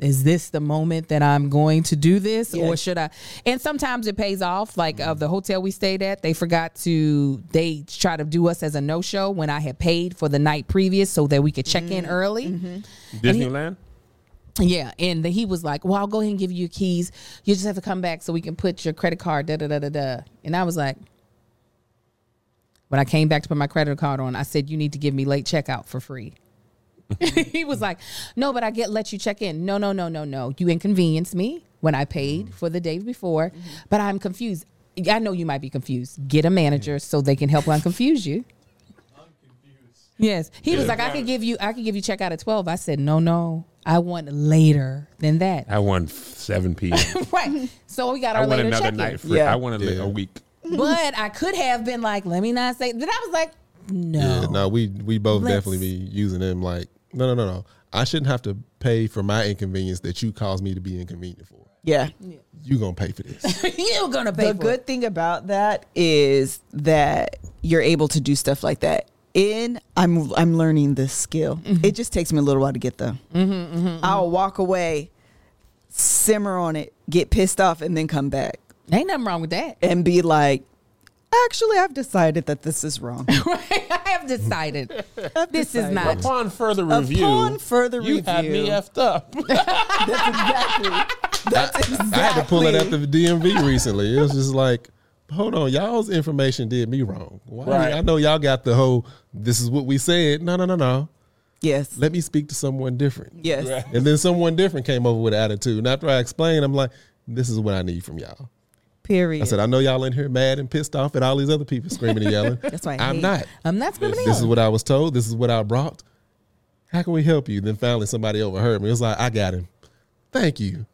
C: is this the moment that I'm going to do this or
A: Yes.
C: should I? And sometimes it pays off. Like of the hotel we stayed at, they forgot to they try to do us as a no show when I had paid for the night previous so that we could check in early.
E: Disneyland.
C: Yeah, and then he was like, "Well, I'll go ahead and give you your keys. You just have to come back so we can put your credit card." Da da da da da. And I was like, when I came back to put my credit card on, I said, "You need to give me late checkout for free." he was like, "No, but I get let you check in." No, no, no, no, no. You inconvenienced me when I
E: Mm-hmm.
C: paid for the day before, but I'm confused. I know you might be confused. Get a manager so they can help unconfuse you. Yes. He was like, I could give you I could give you checkout at twelve. I said, No, no. I want later than that.
E: I won f- seven p.m.
C: right. So we got
E: I
C: our
E: want
C: later
E: another
C: check-in.
E: night. For,
A: Yeah.
E: I want a, li- a week.
C: But I could have been like, let me not say then I was like, no.
D: Yeah, no, we we both
C: Let's-
D: definitely be using them. Like, no, no, no, no. I shouldn't have to pay for my inconvenience that you caused me to be inconvenient for.
A: Yeah.
D: You gonna pay for this?
C: You're gonna pay
A: The
C: for
A: good thing about that is that you're able to do stuff like that. In I'm I'm learning this skill. It just takes me a little while to get there. I'll walk away, simmer on it, get pissed off, and then come back
C: it. Ain't nothing wrong with that.
A: and be like, actually, I've decided that this is wrong.
C: Right? I have decided. this is
A: decided.
C: not
E: Upon further
A: Upon
E: review,
A: further
E: you had me
A: review.
E: effed up.
A: That's exactly. That's exactly.
D: I had to pull it at the DMV recently. It was just like, hold on, y'all's information did me wrong. Why?
E: Right.
D: I know y'all got the whole. This is what we said. No, no, no, no.
A: Yes.
D: Let me speak to someone different.
A: Yes.
D: And then someone different came over with an attitude. And after I explained, I'm like, this is what I need from y'all.
A: Period.
D: I said, I know y'all in here mad and pissed off at all these other people screaming and yelling.
A: That's why I
D: I'm
A: hate-
D: not.
C: I'm not scribbling.
D: This is what I was told. This is what I brought. How can we help you? Then finally somebody overheard me. It was like, I got him. Thank you.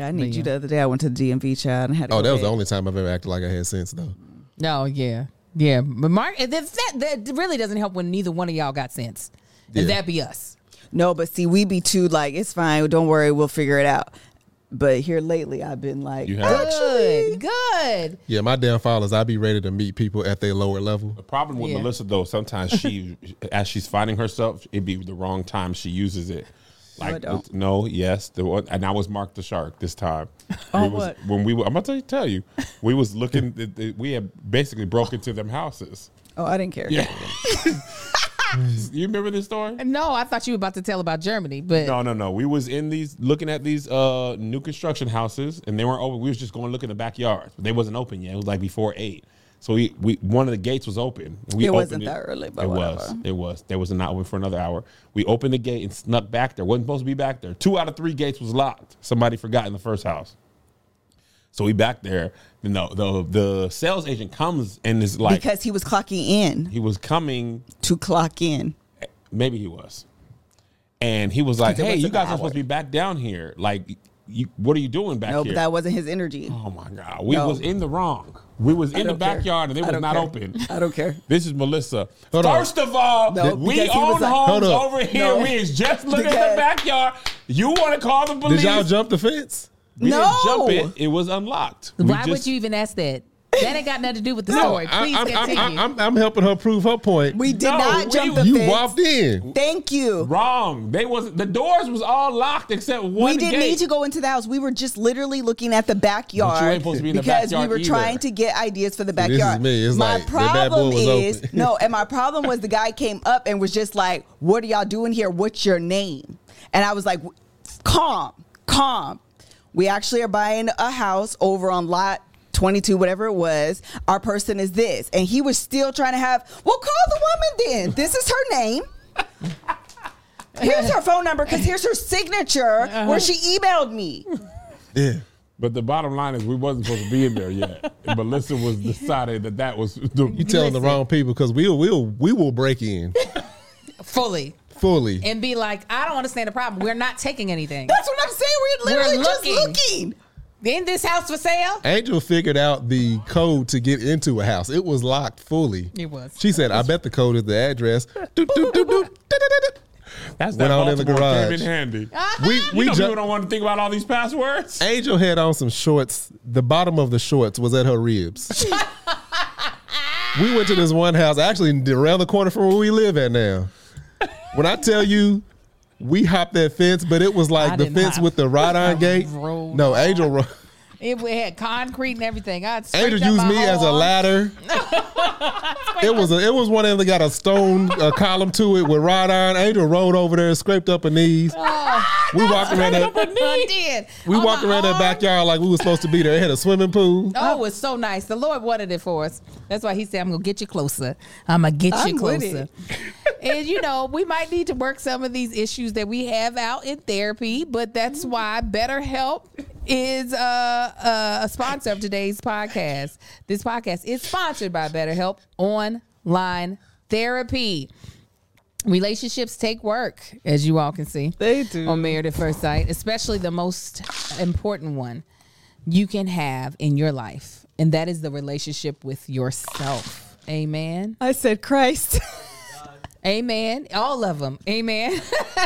A: I need you the other day. I went to the DMV child and had. To
D: Oh,
A: go
D: that was
A: back.
D: the only time I've ever acted like I had sense though.
C: No, yeah. Yeah. But Mark that, that that really doesn't help when neither one of y'all got sense. And
D: Yeah.
C: that be us.
A: No, but see, we be too like it's fine. Don't worry, we'll figure it out. But here lately, I've been like,
E: You have-
C: Good. Good.
D: Yeah, my downfall is I be ready to meet people at their lower level.
E: The problem with
C: Yeah.
E: Melissa though, sometimes she, as she's finding herself, it'd be the wrong time she uses it. Like
A: I don't.
E: no, yes, the one, and I was Mark the Shark this time.
A: Oh,
E: We was-
A: what?
E: When we, were, I'm about to tell you, we was looking. th- th- we had basically broke into them houses.
A: oh, I didn't care.
E: Yeah, you remember this story?
C: No, I thought you were about to tell about Germany, but
E: No, no, no. We was in these looking at these uh new construction houses, and they weren't open. We was just going to look in the backyards, but they wasn't open yet. It was like before eight. So we, we one of the gates was open. We
A: It wasn't
E: opened
A: that early, but
E: it was.
A: whatever.
E: It was. There was not open for another hour. We opened the gate and snuck back there. wasn't supposed to be back there. Two out of three gates was locked. Somebody forgot in the first house. So we back there. Then the the, the sales agent comes and is like
A: because he was clocking in
E: he was coming
A: to clock in.
E: Maybe he was. And he was like,
A: Because it
E: "Hey,
A: was
E: you
A: an
E: guys
A: hour.
E: are supposed to be back down here. Like, you, what are you doing back
A: No,
E: here?"
A: but that wasn't his energy.
E: oh my god, we
A: No.
E: was in the wrong. We was in the
A: don't care.
E: backyard and
A: I
E: it was
A: don't
E: not
A: care.
E: open.
A: I don't care.
E: This is Melissa.
D: Hold on.
E: First of all,
A: No,
E: we
A: because he
E: own
A: was like-
D: Hold
E: homes
D: up.
E: over here.
A: No.
E: We is just looking in
A: Because-
E: the backyard. You want to call the
D: Did
E: police?
D: y'all jump the fence?
E: We
A: No.
E: didn't jump it. It was unlocked. We
C: why would
E: just-
C: you even ask that? That ain't got nothing to do with the story.
D: I,
C: Please
D: am
C: continue.
D: helping her prove her point.
A: We did
E: No,
A: not
E: we
A: jump
E: was-
A: the
D: you
A: fence.
D: walked in.
A: Thank you.
E: Wrong. They was the doors was all locked except one.
A: we didn't
E: gate.
A: need to go into the house. We were just literally looking at the backyard
E: But you ain't supposed to be in the
A: because
E: backyard
A: we were
E: either.
A: trying to get ideas for the
D: this is
A: backyard.
D: me. It's
A: my
D: like, the bad boy
A: problem
D: was
A: is
D: open.
A: no, and my problem was the guy came up and was just like, "What are y'all doing here? What's your name?" And I was like, "Calm, calm. We actually are buying a house over on lot." 22 whatever it was our person is this and he was still trying to have well call the woman then this is her name here's her phone number because here's her signature where she emailed me.
D: Yeah.
E: But the bottom line is, we wasn't supposed to be in there yet. Melissa was decided that that was the.
D: You telling the wrong people because we'll we'll we will break in
C: Fully.
D: fully.
C: And be like, I don't understand the problem. We're not taking anything.
A: That's what I'm saying. We're
C: We're
A: literally just
C: looking.
A: looking.
C: In this house for sale?
D: Angel figured out the code to get into a house. It was locked fully.
C: It was.
D: She said, "I bet the code is the address." Doot, doot, doot, doot.
E: That's
D: Went
E: that
D: on in the
E: Baltimore Came in
D: garage.
E: handy. We
D: We we
E: know people
D: jumped.
E: don't want to think about all these passwords.
D: Angel had on some shorts. The bottom of the shorts was at her ribs. we went to this one house, actually around the corner from where we live at now. When I tell you, we hopped that fence, but it was like
C: I
D: the
C: didn't
D: fence
C: hop.
D: with the rod
C: I
D: iron gate.
C: rolled.
D: No, Angel, ro-
C: It we had concrete and everything. I
D: Angel used me as a ladder. it was a, it was one of them that got a stone a column to it with rod iron. Angel rolled over there, and scraped up her knees.
C: Oh.
D: we walked around that,
C: I did.
D: we
C: On
D: walked
C: my
D: around that
C: arm.
D: backyard like we was supposed to be there. It had a swimming pool.
C: Oh, it was so nice. The Lord wanted it for us. That's why He said, "I'm gonna get you closer. I'm gonna get
A: I'm
C: you
A: with
C: closer." and you know, we might need to work some of these issues that we have out in therapy, but
D: Mm-hmm.
C: that's why BetterHelp is uh, uh, a sponsor of today's podcast. This podcast is sponsored by BetterHelp Online Therapy. Relationships take work, as you all can see.
A: They do.
C: On Married at First Sight, especially the most important one you can have in your life, and that is the relationship with yourself. Amen.
A: I said Christ.
C: Amen. All of them. Amen.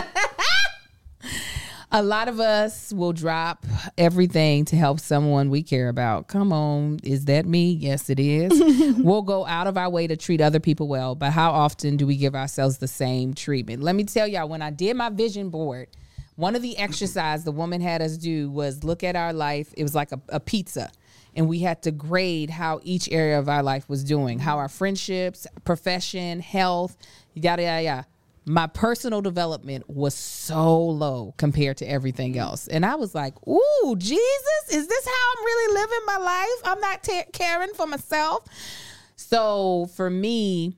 C: A lot of us will drop everything to help someone we care about. Come on, is that me? Yes, it is. we'll go out of our way to treat other people well, but how often do we give ourselves the same treatment? Let me tell y'all, when I did my vision board, one of the exercise the woman had us do was look at our life. It was like a, a pizza and we had to grade how each area of our life was doing, how our friendships, profession, health, yada yada yada. My personal development was so low compared to everything else, and I was like, "Ooh, Jesus, is this how I'm really living my life? I'm not ta caring for myself." So for me,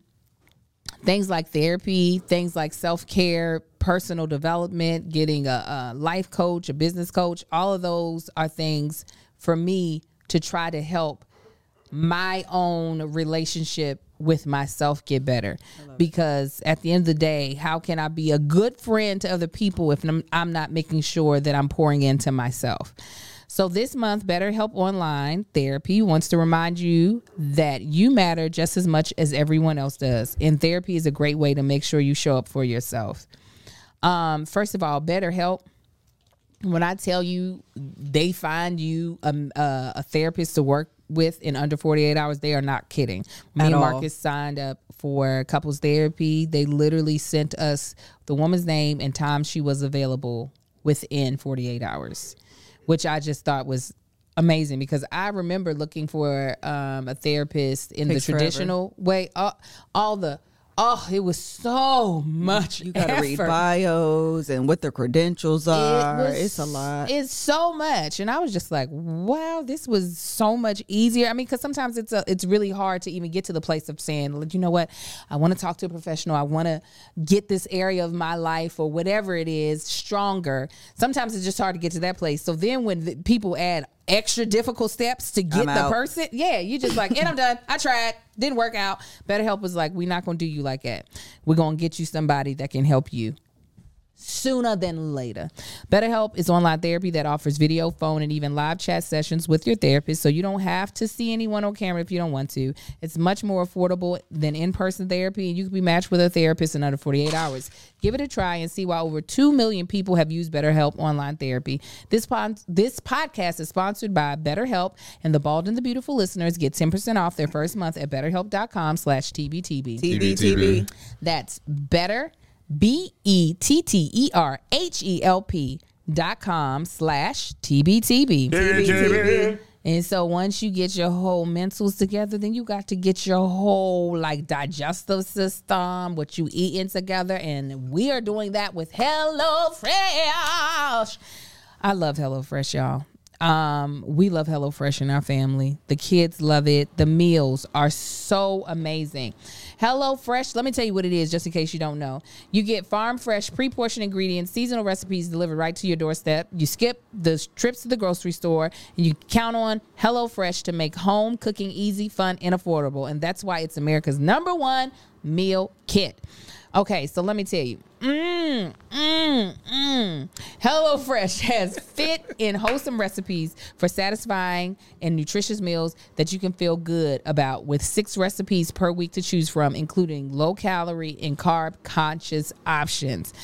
C: things like therapy, things like self care, personal development, getting a, a life coach, a business coach, all of those are things for me to try to help my own relationship with myself get better because at the end of the day how can i be a good friend to other people if I'm, I'm not making sure that i'm pouring into myself so this month betterhelp online therapy wants to remind you that you matter just as much as everyone else does and therapy is a great way to make sure you show up for yourself um, first of all betterhelp when I tell you they find you um, uh, a therapist to work with in under 48 hours, they are not kidding. Me and
A: all.
C: Marcus signed up for couples therapy. They literally sent us the woman's name and time she was available within 48 hours, which I just thought was amazing because I remember looking for um, a therapist in
A: Takes
C: the
A: forever.
C: traditional way. All, all the, oh, it was so much.
A: You gotta read
C: effort.
A: bios and what their credentials
C: It
A: are.
C: was-
A: it's a lot.
C: It's so much, and I was just like, "Wow, this was so much easier." I mean, because sometimes it's a, it's really hard to even get to the place of saying, "Look, "You know what? I want to talk to a professional. I want to get this area of my life or whatever it is stronger." Sometimes it's just hard to get to that place. So then, when the people add extra difficult steps to get
A: I'm
C: the
A: out.
C: person, yeah, you just like, "And I'm done. I tried, didn't work out." BetterHelp was like, "We're not going to do you like that. We're going to get you somebody that can help you." sooner than later. BetterHelp is online therapy that offers video, phone, and even live chat sessions with your therapist, so you don't have to see anyone on camera if you don't want to. It's much more affordable than in person therapy, and you can be matched with a therapist in under 48 hours. Give it a try and see why over 2 million people have used BetterHelp online therapy. This, pon- this podcast is sponsored by BetterHelp, and the Bald and the Beautiful listeners get 10% off their first month at betterhelp.com slash TBTB.
A: TBTB.
C: That's better, B E T T E R H E L P dot com slash TBTB.
A: TBTB.
C: And so once you get your whole mentals together, then you got to get your whole like digestive system, what you eating together. And we are doing that with Hello Fresh. I love HelloFresh, y'all. Um, we love HelloFresh in our family. The kids love it. The meals are so amazing. HelloFresh, let me tell you what it is, just in case you don't know. You get farm fresh, pre portioned ingredients, seasonal recipes delivered right to your doorstep. You skip the trips to the grocery store, and you count on HelloFresh to make home cooking easy, fun, and affordable. And that's why it's America's number one meal kit. Okay, so let me tell you. Mmm, mmm, mmm. HelloFresh has fit and wholesome recipes for satisfying and nutritious meals that you can feel good about with six recipes per week to choose from, including low calorie and carb conscious options.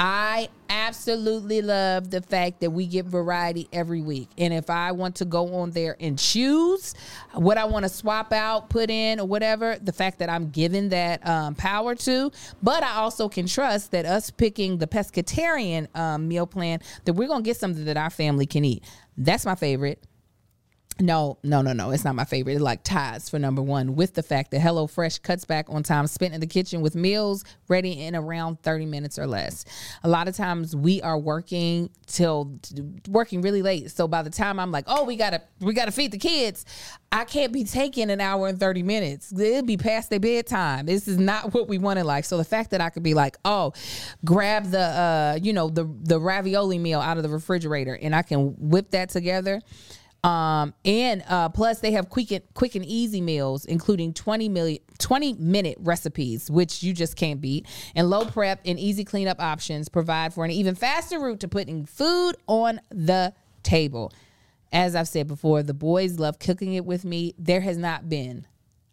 C: I absolutely love the fact that we get variety every week. And if I want to go on there and choose what I want to swap out, put in, or whatever, the fact that I'm given that um, power to, but I also can trust that us picking the pescatarian um, meal plan, that we're going to get something that our family can eat. That's my favorite. No, no, no, no. It's not my favorite. It's like ties for number one with the fact that HelloFresh cuts back on time spent in the kitchen with meals ready in around 30 minutes or less. A lot of times we are working till working really late. So by the time I'm like, oh, we gotta we gotta feed the kids, I can't be taking an hour and 30 minutes. It'll be past their bedtime. This is not what we want in life. So the fact that I could be like, oh, grab the uh, you know, the the ravioli meal out of the refrigerator and I can whip that together. Um, and uh, plus they have quick and quick and easy meals, including 20 million 20 minute recipes, which you just can't beat. And low prep and easy cleanup options provide for an even faster route to putting food on the table. As I've said before, the boys love cooking it with me. There has not been,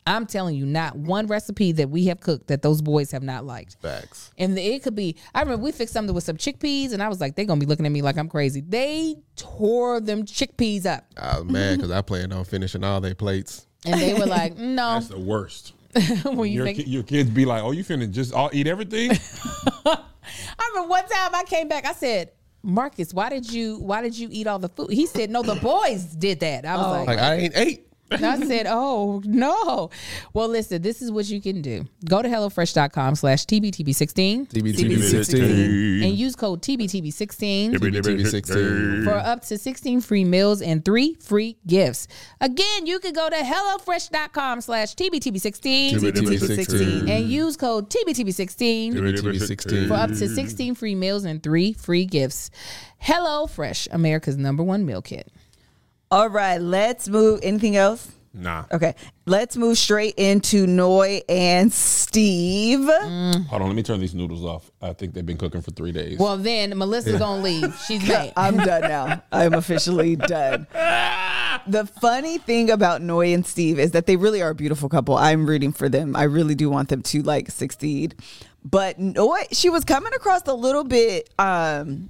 C: I'm telling you, not one recipe that we have cooked that those boys have not liked.
D: Facts.
C: And it could be, I remember we fixed something with some chickpeas, and I was like, they're gonna be looking at me like I'm crazy. They tore them chickpeas up.
D: I was mad because I planned on finishing all their plates.
C: And they were like, no.
E: That's the worst.
C: when you
E: Your,
C: think,
E: ki- your kids be like, "Oh, you finna just all eat everything?"
C: I remember one time I came back, I said, Marcus, why did you why did you eat all the food? He said, No, the boys did that. I was like,
D: Like I ain't ate.
C: And I said, oh, no. Well, listen, this is what you can do. Go to HelloFresh.com slash TBTB16
D: TBTB16.
C: and use code TBTB16
D: TBTB16.
C: for up to 16 free meals and three free gifts. Again, you can go to HelloFresh.com slash TBTB16
D: TBTB16.
C: and use code TBTB16 for
D: TBTB16.
C: up to 16 free meals and three free gifts. HelloFresh, America's number one meal kit.
A: All right, let's move. Anything else?
E: Nah.
A: Okay, let's move straight into Noy and Steve.
E: Hold on, let me turn these noodles off. I think they've been cooking for three days.
C: Well, then Melissa's going to leave. She's mad.
A: I'm done now. I'm officially done. The funny thing about Noy and Steve is that they really are a beautiful couple. I'm rooting for them. I really do want them to like succeed. But Noy, she was coming across a little bit. um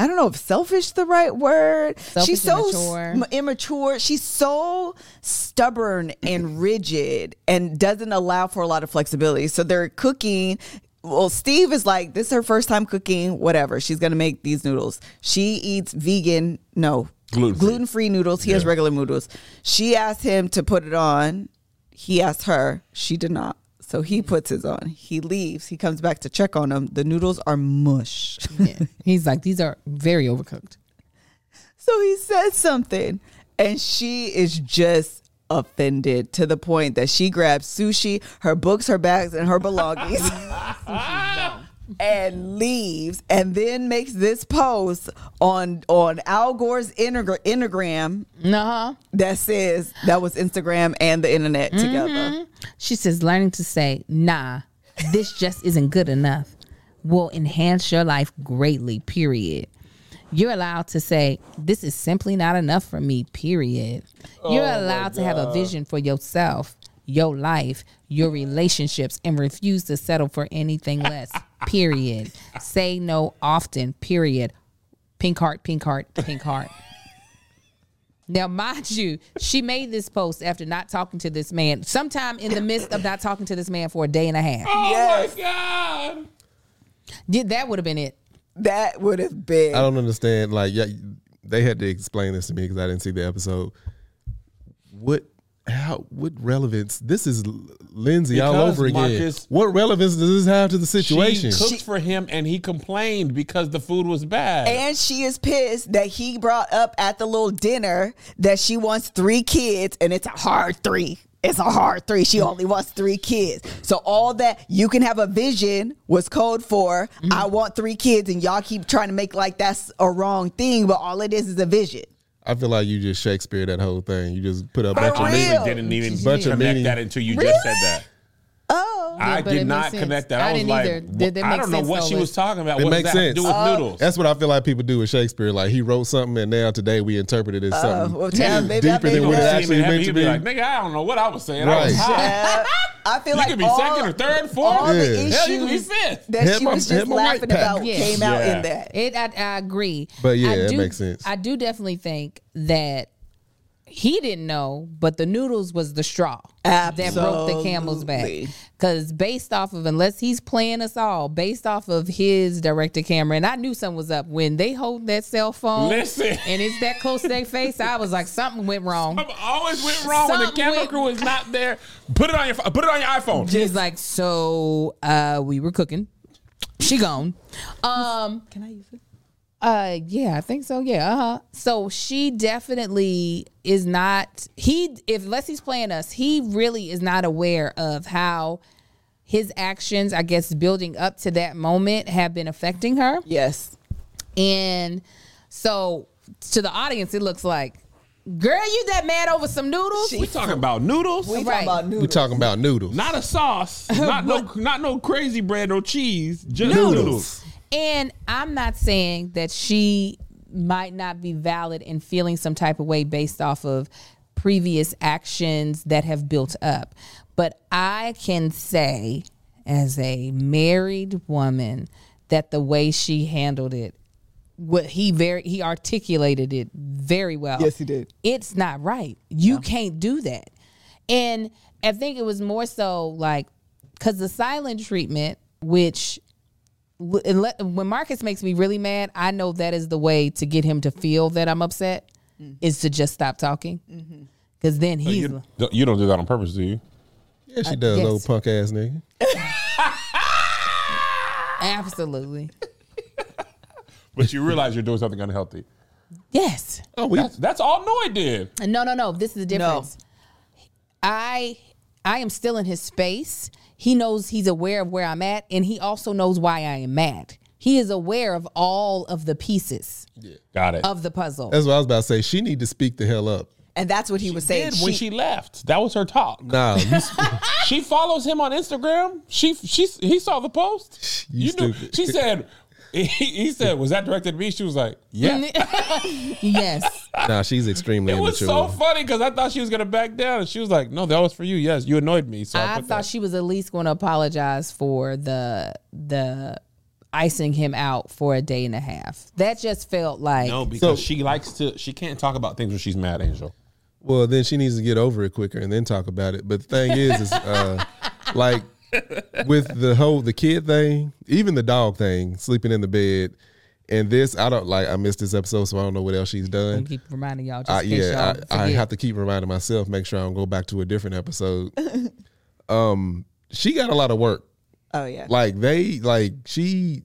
A: I don't know if selfish the right word.
C: Selfish,
A: She's so
C: immature.
A: s- immature. She's so stubborn and rigid and doesn't allow for a lot of flexibility. So they're cooking. Well, Steve is like, this is her first time cooking, whatever. She's going to make these noodles. She eats vegan, no,
E: Gluten-free.
A: gluten free noodles. He has regular noodles. She asked him to put it on. He asked her. She did not. So he puts his on. He leaves. He comes back to check on them. The noodles are mush.
C: He's like, these are very overcooked.
A: So he says something, and she is just offended to the point that she grabs sushi, her books, her bags, and her belongings. And leaves, and then makes this post on on Al Gore's Integra- Instagram
C: Uh huh.
A: that says that was Instagram and the internet
E: Mm-hmm.
A: together.
C: She says, learning to say, nah, this just isn't good enough will enhance your life greatly, period. You're allowed to say, this is simply not enough for me, period. You're allowed to have a vision for yourself, your life, your relationships, and refuse to settle for anything less, period. Say no often, period. Pink heart, pink heart, pink heart. Now, mind you, she made this post after not talking to this man, sometime in the midst of not talking to this man for a day and a half.
E: oh my god!
C: Yeah, that would have been it.
A: That would have been
D: I don't understand. Like, yeah, they had to explain this to me because I didn't see the episode. What? How? What relevance? This is Lindsay all
E: Because,
D: over again.
E: Marcus-
D: what relevance does this have to the situation?
E: She cooked for him, and he complained because the food was bad.
A: And she is pissed that he brought up at the little dinner that she wants three kids, and it's a hard three. It's a hard three. She only wants three kids. So all that you can have a vision was code for I want three kids, and y'all keep trying to make like that's a wrong thing, but all it is is a vision.
D: I feel like you just Shakespeare that whole thing. You just put up
A: For
D: bunch of
A: real?
D: meaning.
E: didn't even
D: Bunch of
E: connect
D: meaning.
E: that until you just said that.
A: Oh,
E: I
C: but it
E: did
C: makes
E: not
C: sense.
E: connect that.
C: I
E: I, was
C: didn't
E: like,
C: either. Did that
E: I
C: make
E: don't know
C: sense,
E: what
C: though,
E: she
C: Liz?
E: was talking about.
D: It
E: What does
D: makes
E: that have to
D: sense.
E: do with noodles?
D: That's what I feel like people do with Shakespeare. Like he wrote something, and now today we interpret it as something
A: Uh, well, damn, maybe I
D: deeper than
A: made
D: what it
A: it up.
D: actually meant to
E: He'd
D: be.
E: be like, nigga, I don't know what I was saying. I was
D: Right.
E: high.
A: Uh, I feel
E: You
A: like
E: could be
A: all,
E: second or third, fourth.
A: all the
D: Yeah.
A: issues
E: Hell, you could be fifth.
A: that
D: Hit
A: she
D: my-
A: was
D: hit
A: just
D: my white
A: laughing
D: pack.
A: about
C: Yeah.
A: came out
E: Yeah.
A: in that.
C: It, I, I agree.
D: But yeah,
C: I
D: it makes sense.
C: I do definitely think that he didn't know, but the noodles was the straw that broke the camel's back.
A: Absolutely.
C: Because based off of, unless he's playing us all, based off of his director camera, and I knew something was up when they hold that cell phone.
E: Listen.
C: and it's that close to their face. I was like, something went wrong.
E: I always went wrong when the
C: Something
E: camera
C: went-
E: crew is not there. Put it on your ph- put it on your iPhone.
C: He's like, so uh, we were cooking. She gone. Um,
A: Can I use it?
C: Uh, yeah, I think so. Yeah, uh huh. So she definitely is not. He, if unless he's playing us, he really is not aware of how his actions, I guess, building up to that moment, have been affecting her.
A: Yes.
C: And so, to the audience, it looks like, "Girl, you that mad over some noodles?"
E: We talking about noodles,
A: We
C: Right.
A: talking about
D: We're
A: noodles.
D: talking about noodles.
E: not a sauce, not no, not no crazy bread, no cheese, just
D: Noodles.
E: noodles.
C: And I'm not saying that she might not be valid in feeling some type of way based off of previous actions that have built up. But I can say, as a married woman, that the way she handled it, what he very he articulated it very well.
A: Yes, he did.
C: It's not right. You can't do that. And I think it was more so like because the silent treatment, which w- unle- when Marcus makes me really mad, I know that is the way to get him to feel that I'm upset
A: Mm.
C: is to just stop talking.
A: Mm-hmm.
C: Because
A: Oh,
C: then he's
E: You, don't- you don't do that on purpose, do you?
D: yeah, she does,
C: yes.
D: old punk ass nigga.
C: absolutely
E: But you realize you're doing something unhealthy.
C: yes.
D: Oh, we
E: That's, that's all Noy did.
C: No, no, no. This is the difference. I I am still in his space. He knows he's aware of where I'm at, and he also knows why I am mad. He is aware of all of the pieces
E: Got it.
C: of the puzzle.
D: that's what I was about to say. She need to speak the hell up.
A: And that's what he was saying.
E: did when she left. That was her talk.
D: Nah, you
E: She follows him on Instagram. She she he saw the post.
D: You
E: You, knew.
D: stupid.
E: She said. He, he said, "Was that directed at me?" She was like, "Yeah."
C: yes.
D: Nah, she's extremely
E: It was
D: immature.
E: so funny because I thought she was gonna back down, and she was like, "No, that was for you. Yes, you annoyed me." So I,
C: I
E: put
C: thought
E: that-
C: she was at least going to apologize for the the icing him out for a day and a half. That just felt like
E: no
D: So-
E: because she likes to. She can't talk about things when she's mad, Angel.
D: well, then she needs to get over it quicker and then talk about it. But the thing is, is uh, like with the whole the kid thing, even the dog thing, sleeping in the bed, and this, I don't like. I missed this episode, so I don't know what else she's
C: I
D: done.
C: keep reminding y'all just
D: I,
C: in case
D: Uh, yeah,
C: y'all
D: I, I
C: forget.
D: have to keep reminding myself, make sure I don't go back to a different episode. um, she got a lot of work.
A: oh yeah.
D: Like they, like she,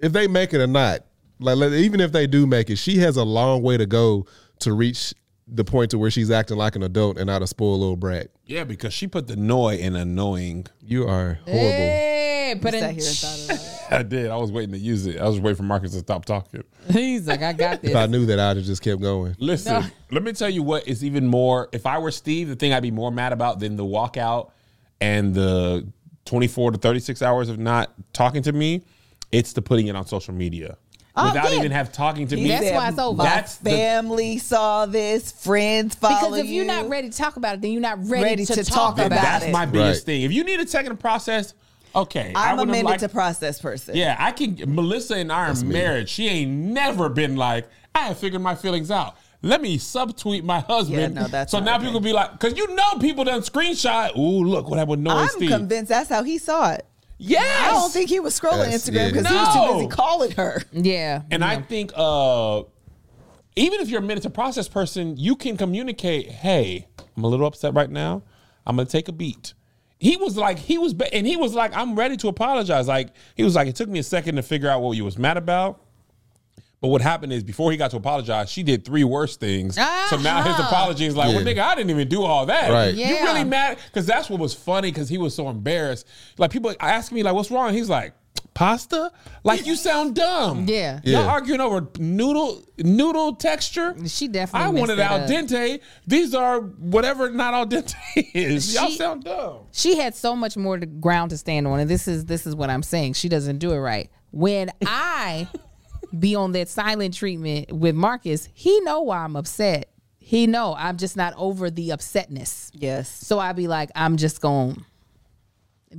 D: if they make it or not, like let- even if they do make it, she has a long way to go to reach the point to where she's acting like an adult and not a spoiled little brat.
E: Yeah, because she put the "noy" in annoying.
D: You are horrible.
C: Hey, but
A: Sat
C: in,
A: here and thought about it.
E: I did. I was waiting to use it. I was waiting for Marcus to stop talking.
C: he's like, I got this.
D: If I knew that, I'd have just kept going.
E: Listen, let me tell you what is even more. If I were Steve, the thing I'd be more mad about than the walkout and the 24 to 36 hours of not talking to me, it's the putting it on social media without
C: Oh, yeah.
E: even have talking to me.
C: That's why it's over.
E: That's the
A: family saw this, friends followed
C: Because if you're not ready to talk about it, then you're not ready,
A: Ready
C: to,
A: to
C: talk,
A: talk about
C: about
E: that's
C: it.
E: my biggest
D: Right.
E: thing. If you need a second to process, okay, I
A: I'm a
E: would've
A: minute
E: liked-
A: to process person.
E: Yeah, I can. Melissa and I are married. She ain't never been like, I have figured my feelings out. Let me subtweet my husband.
A: Yeah, no, that's
E: so
A: not
E: now
A: a
E: people
A: thing.
E: be like, because you know people done screenshot. Ooh, look what happened with Noah
A: I'm
E: Steve.
A: convinced that's how he saw it.
E: yes.
A: I don't think he was scrolling
D: That's-
A: Instagram because he
E: yeah.
A: was too
E: No.
A: busy calling her.
C: yeah.
E: And I think uh, even if you're a minute to process person, you can communicate, hey, I'm a little upset right now. I'm gonna take a beat. He was like, he was, ba- and he was like, I'm ready to apologize. Like he was like, it took me a second to figure out what you was mad about. But what happened is before he got to apologize, she did three worse things. So now his apology is like, well,
D: Yeah.
E: nigga, I didn't even do all that.
D: Right.
E: You
C: Yeah.
E: really mad? Because that's what was funny because he was so embarrassed. Like people ask me, like, what's wrong? He's like, pasta? Like you sound dumb.
C: Yeah.
D: Yeah.
E: Y'all arguing over noodle noodle texture.
C: She definitely
E: I
C: messed
E: wanted
C: that
E: al
C: up.
E: dente. These are whatever not al dente is. Y'all
C: She-
E: sound dumb.
C: she had so much more to ground to stand on and this is this is what i'm saying she doesn't do it right when i be on that silent treatment with marcus he know why i'm upset he know i'm just not over the upsetness
A: Yes.
C: so i be like i'm just gonna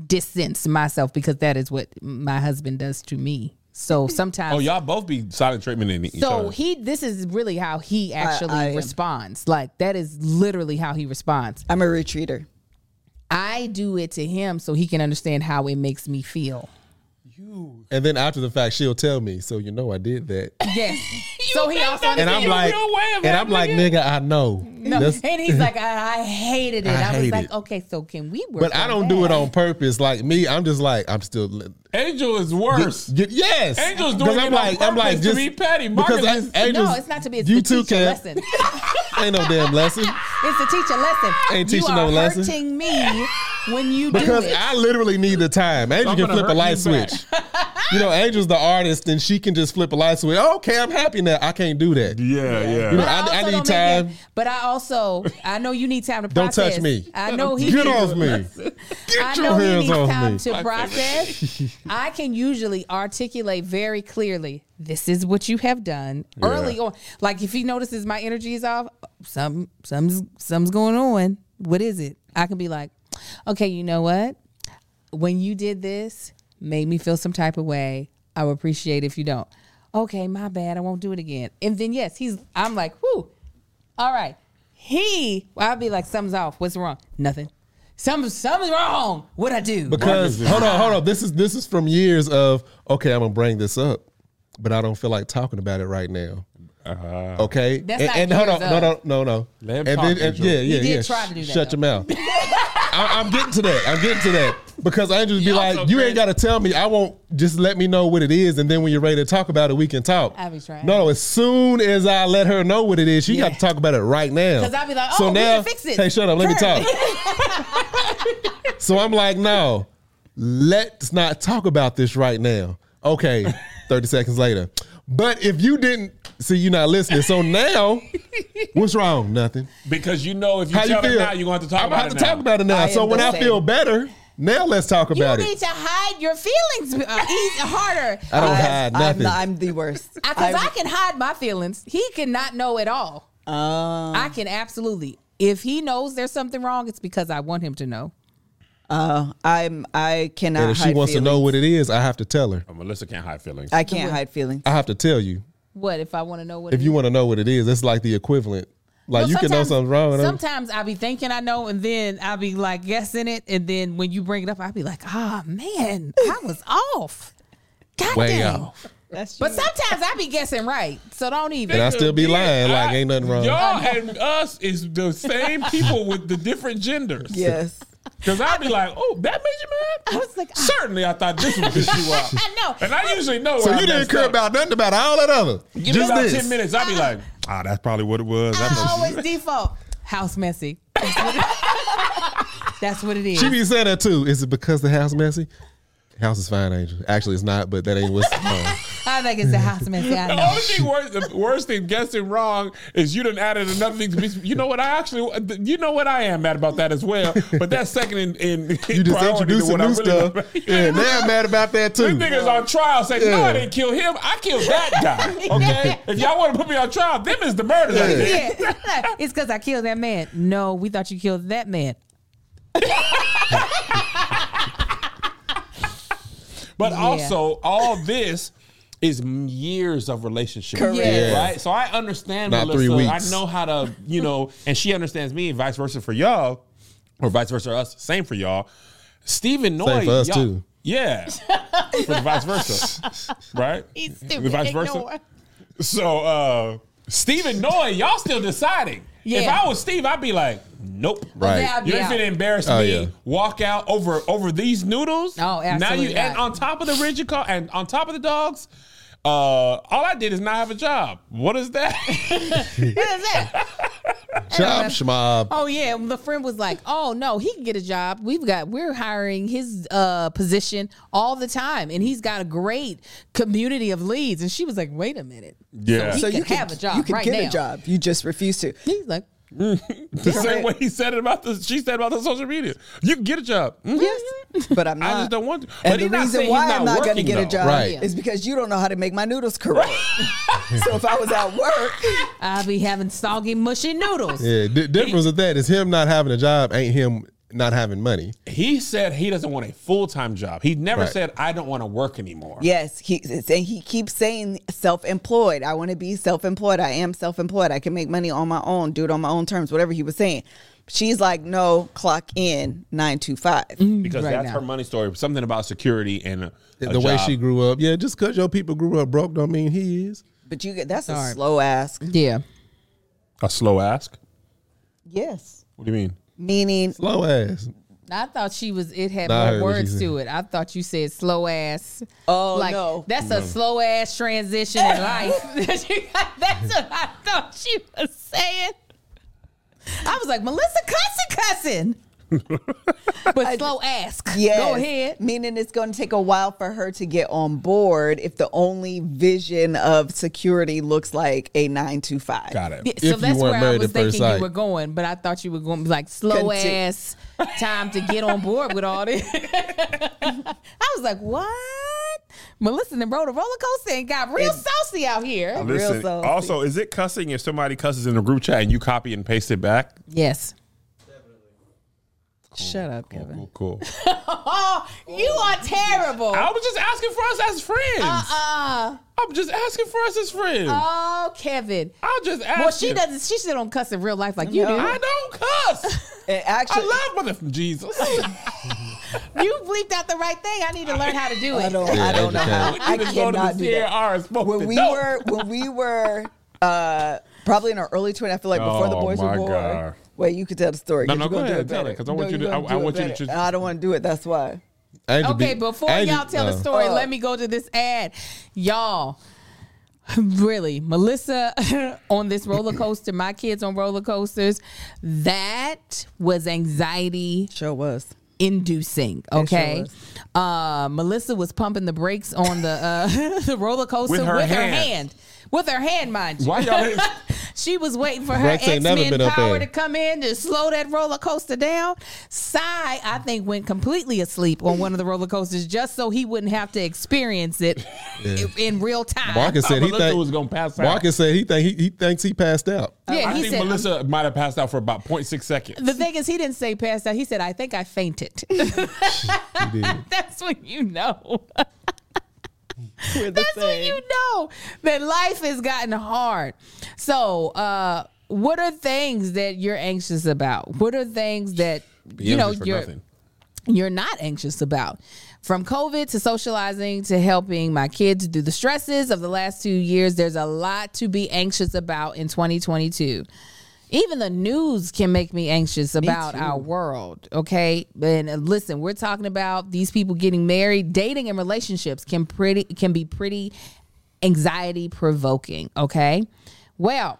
C: distance myself because that is what my husband does to me so sometimes
E: Oh, y'all both be silent treatment in each
C: so
E: other.
C: he this is really how he actually
A: I am-
C: responds like that is literally how he responds
A: I'm a retreater.
C: I do it to him so he can understand how it makes me feel.
D: And then after the fact, she'll tell me. So you know I did that,
C: Yes. so he also
D: and I'm like, and I'm like, nigga, I know.
C: no.
D: That's-
C: and he's like, I, I hated it.
D: I
C: I, was
D: hate
C: like,
D: it.
C: okay, so can we work?
D: but I
C: on
D: don't do
C: that?
D: it on purpose. Like me, I'm just like I'm still.
E: Angel is worse.
D: Y- yes,
E: Angel's doing
D: Because
E: it on purpose to be petty. Marcus
D: because I-
E: is-
D: Angel's-
C: No, it's not to be. It's
D: you
C: you to
D: too
C: teach a
D: can.
C: lesson.
D: Ain't no damn lesson.
C: It's to teach a lesson.
D: Ain't
C: you
D: teaching
C: are
D: no lesson.
C: hurting me when you
D: Because
C: do it.
D: I literally need the time. Angel
E: I'm
D: can
E: gonna
D: flip a
E: hurt
D: light
E: you back.
D: switch. you know, Angel's the artist, and she can just flip a light switch. Okay, I'm happy now. I can't do that.
E: yeah, yeah.
D: You know,
C: But
D: I, I
C: also
D: need
C: don't make
D: time.
C: him- but I also, I know you need time to
D: Don't
C: process.
D: touch me.
C: I know Oh, he
D: Get off me.
C: I
D: Get
C: know
D: your
C: he
D: hands
C: needs time
D: off me.
C: to process. I can usually articulate very clearly. This is what you have done early on. Like if he notices my energy is off, some something's something's going on. What is it? I can be like, okay, you know what? When you did this, made me feel some type of way. I would appreciate if you don't. Okay, my bad. I won't do it again. And then yes, he's. I'm like, whoo. All right. He, well, I'd be like, something's off. What's wrong? Nothing. Some, something's wrong. What I do?
D: Because hold on, hold on. This is this is from years of okay. I'm gonna bring this up, but I don't feel like talking about it right now. okay,
C: That's
D: and,
C: not
D: and hold
C: years
D: on, no, no,
C: of.
D: no, no.
E: Uh-huh. Let him
D: and
E: talk,
D: then, and-
E: Angel.
D: yeah, yeah,
C: did
D: yeah.
C: try to do that,
D: Shut
C: though.
D: your mouth. I, I'm getting to that. I'm getting to that because Angel would be
E: Y'all
D: like,
E: so
D: "You
E: crazy."
D: ain't got to tell me. I won't. Just let me know what it is, and then when you're ready to talk about it, we can talk."
C: I be trying.
D: No, no. As soon as I let her know what it is, she
C: Yeah.
D: got to talk about it right now.
C: 'Cause I be like, "Oh, we can fix it."
D: Hey, shut up. Let me
C: Sure.
D: talk. So I'm like, no, let's not talk about this right now. Okay, 30 seconds later. But if you didn't see, you're not listening. So now, what's wrong? Nothing.
E: Because you know if you
D: How you
E: tell
D: feel?
E: them now, you're going to have to talk
D: I'm
E: about
D: gonna
E: it
D: have to
E: now.
D: talk about it now.
A: I
D: so
A: am
D: when
A: the
D: I
A: same.
D: feel better, now let's talk
C: you
D: about
C: need
D: it.
C: to hide your feelings uh, eas- harder.
D: I don't
A: I,
D: hide
A: am
D: nothing.
A: I'm the worst.
C: Because I, can hide my feelings. He cannot know at all. I can absolutely. If he knows there's something wrong, it's because I want him to know.
A: Uh, I'm. I cannot.
D: and if she
A: hide
D: wants to know
A: feelings.
D: what it is, I have to tell her.
E: Uh, Melissa can't hide feelings.
A: I can't hide feelings.
D: I have to tell you.
C: What if I want to know what?
D: If
C: it
D: you
C: is?
D: want to know what it is, that's like the equivalent. Like
C: No,
D: you can know
C: sometimes-
D: something's wrong. and I'm-
C: Sometimes I be thinking I know, and then I be like guessing it, and then when you bring it up, I be like, ah man, I was off. God
D: Way
C: dang.
D: off.
A: That's
C: But sometimes I be guessing right, so don't even.
D: And I still be lying. Like ain't nothing wrong.
E: Y'all and us is the same people with the different genders.
A: yes.
E: Because I'd be like, oh, that made you mad?
C: I was like, ah.
E: Certainly, I thought this would piss you off.
C: I know.
E: And I usually know.
D: So
E: where I
D: you didn't
E: messed
D: care
E: up.
D: about nothing about all that other.
E: Give me
D: Just
E: about
D: this.
E: ten minutes. I'd be like, ah, that's probably what it was. That
C: I
E: must-
C: always default house messy. That's what it- That's what it is.
D: She be saying that too. Is it because the house messy? House is fine, Angel. Actually, it's not, but that ain't what's uh, wrong.
C: I think it's the house messy. I
E: The
C: know.
D: Oh,
E: only thing worse, the worse than guessing wrong is you done added another thing. To be, you know what? I actually, you know what? I am mad about that as well. But that's second in, in
D: You just introduced some new stuff. yeah, now I'm mad about that
E: This
D: too.
E: nigga's on trial. Say, no,
D: Yeah.
E: I didn't kill him. I killed that guy. Okay, if y'all want to put me on trial, them is the murderer.
C: Yeah. it's because I killed that man. No, we thought you killed that man.
E: But
C: Yeah.
E: also, all this is m- years of relationship,
C: Correct. Yeah.
E: right? So I understand
D: Not
E: Melissa.
D: three
E: I
D: weeks.
E: know how to, you know, and she understands me, and vice versa for y'all, or vice versa us. Same for y'all. Stephen Noy,
D: for us,
E: y'all-
D: too.
E: Yeah, for the vice versa, right?
C: He's
E: The
C: stupid.
E: Vice versa.
C: Ignore.
E: So uh Stephen Noy, y'all still deciding. If
C: Yeah.
E: I was Steve, I'd be like, nope.
D: Right.
C: Well, that'd
E: You
C: be
E: ain't
C: out.
E: finna embarrass
D: Oh,
E: me.
D: yeah.
E: Walk out over over these noodles.
C: Oh, absolutely
E: Now you and
C: not.
E: on top of the rigid car and on top of the dogs. uh, all I did is not have a job. What is that?
C: What is that?
D: Chop schmob.
C: Oh yeah, the friend was like, "Oh no, he can get a job. We've got we're hiring his uh position all the time, and he's got a great community of leads." And she was like, "Wait a minute,
E: Yeah.
C: he can have a job
A: You can
C: right
A: get
C: now.
A: a job. You just refuse to.
C: He's like,
E: the same way he said it about the she said about the social media. You can get a job. Mhm.
A: Yes,
C: Mm-hmm.
A: but I'm not.
E: I just don't want to.
A: And
E: But
A: the
E: he's not saying
A: reason
E: he's
A: why
E: not
A: I'm not going to
E: working,
A: get a
E: though.
A: job
D: Right.
A: is because you don't know how to make my noodles correct. so if I was at work,
C: "I'll be having soggy, mushy noodles."
D: Yeah, the difference of that is him not having a job ain't him not having money.
E: He said he doesn't want a full time job. He never
D: Right.
E: said I don't want to work anymore.
A: yes, he and he keeps saying self-employed. I want to be self-employed. I am self-employed. I can make money on my own, do it on my own terms, whatever he was saying. She's like, no, clock in nine to five.
E: because
C: Right
E: that's
C: now.
E: her money story. Something about security and a, a
D: the way
E: job.
D: she grew up. Yeah, just because your people grew up broke don't mean he is.
A: But you get that's
C: Sorry.
A: a slow ask.
C: yeah.
E: a slow ask.
A: Yes,
E: What do you mean?
A: meaning
D: Slow ass.
C: I thought she was. It had
D: Nah, I
C: more
D: heard what she
C: words to it. I thought you said slow ass.
A: Oh,
C: like,
A: no.
C: That's a slow ass transition in life. that's what I thought she was saying. I was like Melissa cussing, cussing, but slow ask.
A: Yes.
C: go ahead.
A: Meaning it's going to take a while for her to get on board if the only vision of security looks like a nine to five.
E: Got it.
C: Yeah,
D: If
C: so
D: you
C: that's
D: weren't
C: where I
D: married
C: was
D: at first
C: thinking
D: sight.
C: you were going, but I thought you were going to be like slow
A: Conti-
C: ass time to get on board with all this. I was like, what? Melissa and rode a roller coaster and got real saucy out
D: Um,
C: here.
A: Listen,
E: Listen.
A: soul.
E: Also, is it cussing if somebody cusses in a group chat and you copy and paste it back?
C: Yes. Shut up, Kevin.
E: Cool. cool.
C: Oh, you are terrible.
E: I was just asking for us as friends.
C: Uh,
E: I'm just asking for us as friends.
C: oh, Kevin.
E: I'll just ask.
C: Well, she
E: you.
C: doesn't. She still don't cuss in real life like you
E: I don't cuss.
A: And actually,
E: I love mother from Jesus.
C: do. You bleeped out the right thing. I need to learn how to do it.
A: I don't, I don't know how. I cannot do that. When we were, when we were, uh, probably in our early 20s, I feel like before the
E: Oh,
A: boys
E: my
A: were born.
E: God.
A: Wait, you can tell the story.
E: No,
A: 'cause
E: no,
A: you're
E: go
A: gonna do
E: ahead, tell it,
A: better.
E: 'cause I want you to-
A: you're gonna
E: I- I
A: do it
E: want you to
A: better.
E: just-
A: And I don't want to do it. That's why.
D: Angel
C: Okay,
D: be-
C: before
D: Angel-
C: y'all tell the
D: uh,
C: story, let me go to this ad. Y'all, really, Melissa on this roller coaster, my kids on roller coasters, that was anxiety
A: Sure was.
C: inducing. Okay.
A: was.
C: uh, Melissa was pumping the brakes on the uh, the roller coaster
E: With
C: with,
E: her
C: her,
E: hand.
C: hand. With her hand, mind you.
E: Why y'all?
C: She was waiting for her
D: Brakes
C: X
D: ain't never
C: Men
D: been up
C: power to
D: there.
C: come in to slow that roller coaster down. Cy, I think, went completely asleep on one of the roller coasters just so he wouldn't have to experience it i- in real time.
D: Marcus said he
E: Melissa
D: think
E: was gonna pass out.
D: Marcus said he think he, he thinks he passed out.
C: yeah,
E: I
C: he
E: think
C: said. um,
E: Melissa might have passed out for about 0.6 seconds.
C: the thing is, he didn't say passed out. He said, "I think I fainted."
D: He did.
C: That's when you know.
A: We're the
C: That's when you know that life has gotten hard. So, uh, what are things that you're anxious about? What are things that you know
E: for
C: you're
E: nothing.
C: you're not anxious about. From COVID to socializing to helping my kids through the stresses of the last two years, there's a lot to be anxious about in 2022. Even the news can make me anxious about our world, okay? And uh, listen, we're talking about these people getting married, dating and relationships can pretty can be pretty anxiety provoking, okay? Well,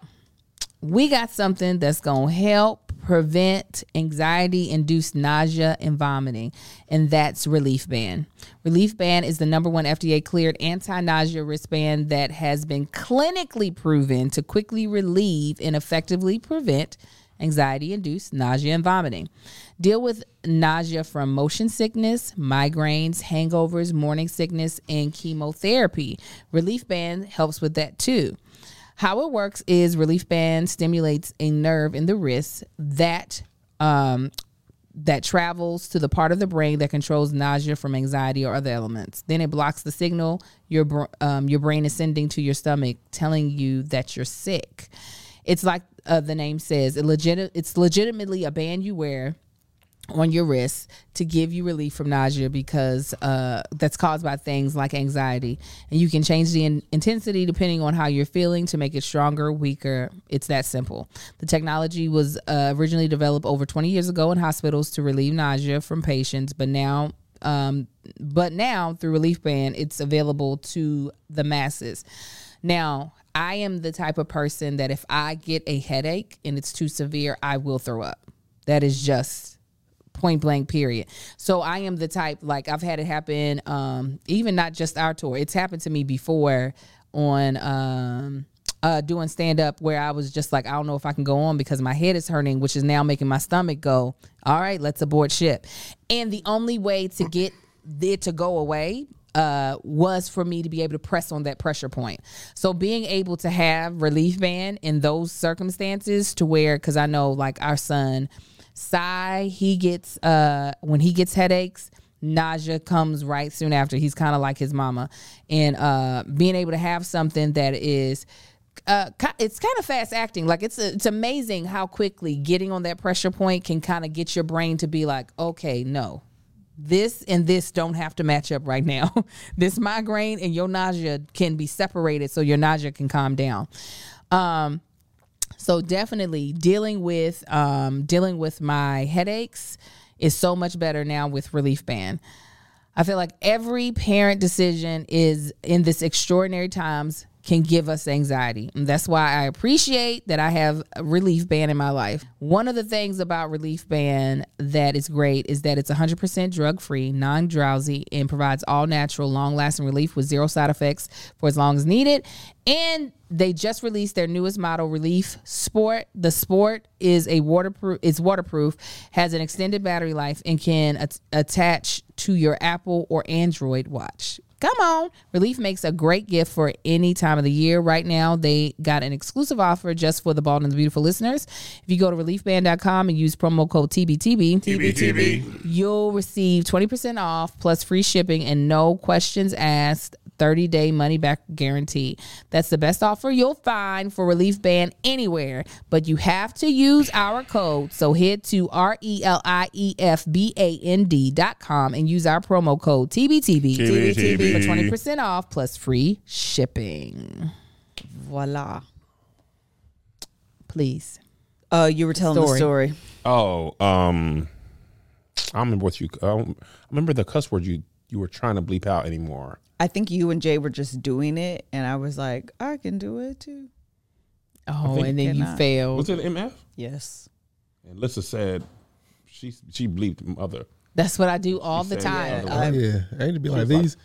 C: we got something that's going to help prevent anxiety induced nausea and vomiting, and that's Relief Band. Relief Band is the number one FDA cleared anti nausea wristband that has been clinically proven to quickly relieve and effectively prevent anxiety induced nausea and vomiting. Deal with nausea from motion sickness, migraines, hangovers, morning sickness, and chemotherapy. Relief Band helps with that too. How it works is relief band stimulates a nerve in the wrist that um, that travels to the part of the brain that controls nausea from anxiety or other elements. Then it blocks the signal your br- um, your brain is sending to your stomach, telling you that you're sick. It's like uh, the name says, it legit- it's legitimately a band you wear on your wrist to give you relief from nausea because uh, that's caused by things like anxiety. And you can change the in- intensity depending on how you're feeling to make it stronger, weaker. It's that simple. The technology was uh, originally developed over 20 years ago in hospitals to relieve nausea from patients, but now Um, but now through Relief Band, it's available to the masses. Now, I am the type of person that if I get a headache and it's too severe, I will throw up. That is just point blank period so i am the type like i've had it happen um even not just our tour it's happened to me before on um uh doing stand up where i was just like i don't know if i can go on because my head is hurting which is now making my stomach go all right let's abort ship and the only way to get it to go away uh, was for me to be able to press on that pressure point. So being able to have relief band in those circumstances to where, because I know like our son, Sai, he gets uh when he gets headaches, nausea comes right soon after. He's kind of like his mama, and uh being able to have something that is. Uh, ki- it's kind of fast acting. Like it's it's amazing how quickly getting on that pressure point can kind of get your brain to be like, okay, no, this and this don't have to match up right now. this migraine and your nausea can be separated so your nausea can calm down. Um, so definitely dealing with um, dealing with my headaches is so much better now with Relief Band. I feel like every parent decision is in this extraordinary times can give us anxiety. And that's why I appreciate that I have a Relief Band in my life. One of the things about Relief Band that is great is that it's 100% drug free, non drowsy, and provides all natural, long lasting relief with zero side effects for as long as needed. And they just released their newest model, Relief Sport. The Sport is a waterproof, is waterproof, has an extended battery life, and can at- attach to your Apple or Android watch. Come on. Relief makes a great gift for any time of the year. Right now, they got an exclusive offer just for the Bald and the Beautiful listeners. If you go to reliefband.com and use promo code TBTB,
E: TBTB.
C: you'll receive 20% off plus free shipping and no questions asked 30 day money back guarantee. That's the best offer you'll find for Relief Band anywhere, but you have to use our code. So head to R E L I E F B A N D dot com and use our promo code TBTB,
E: TBTB.
C: for 20% off plus free shipping.
A: Voila.
C: Please.
A: Uh, you were telling the
C: Story.
A: story.
E: Oh, um, I remember what you. I don't- I remember the cuss word you you were trying to bleep out anymore.
A: I think you and Jay were just doing it, and I was like, I can do it too.
C: Oh,
E: think
C: and then you
A: cannot.
C: failed.
E: Was it MF?
A: Yes.
E: And Lissa said she she bleeped mother.
C: That's what I do all
E: You
C: the
E: say
C: time.
E: the other
D: Yeah,
E: word.
D: I ain't to be like these.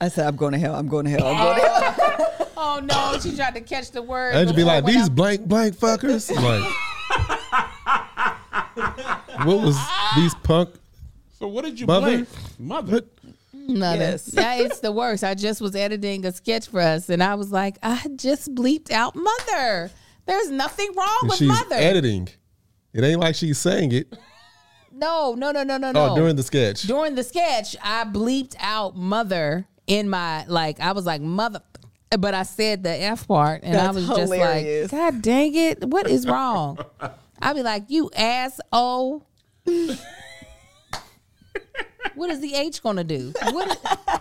A: I said, I'm going to hell. I'm going to hell. I'm going to hell.
C: Oh no, she tried to catch the word.
D: I ain't to be
C: before
D: like
C: when
D: these
C: I-
D: blank blank fuckers. Like, what was these punk?
E: So what did you
D: Mother?
E: bleep? Mother.
D: What?
C: None
A: Yes.
C: of that. It's the worst. I just was editing a sketch for us, and I was like, I just bleeped out mother. There's nothing wrong
D: And
C: with
D: she's
C: mother.
D: editing. It ain't like she's saying it.
C: no, no, no, no, no,
D: Oh,
C: no.
D: during the sketch.
C: during the sketch, I bleeped out mother in my like. I was like mother, but I said the f part, and I
A: That's
C: was
A: hilarious.
C: just like, God dang it, what is wrong? I'd be like, you asshole. what is the H gonna do? What is-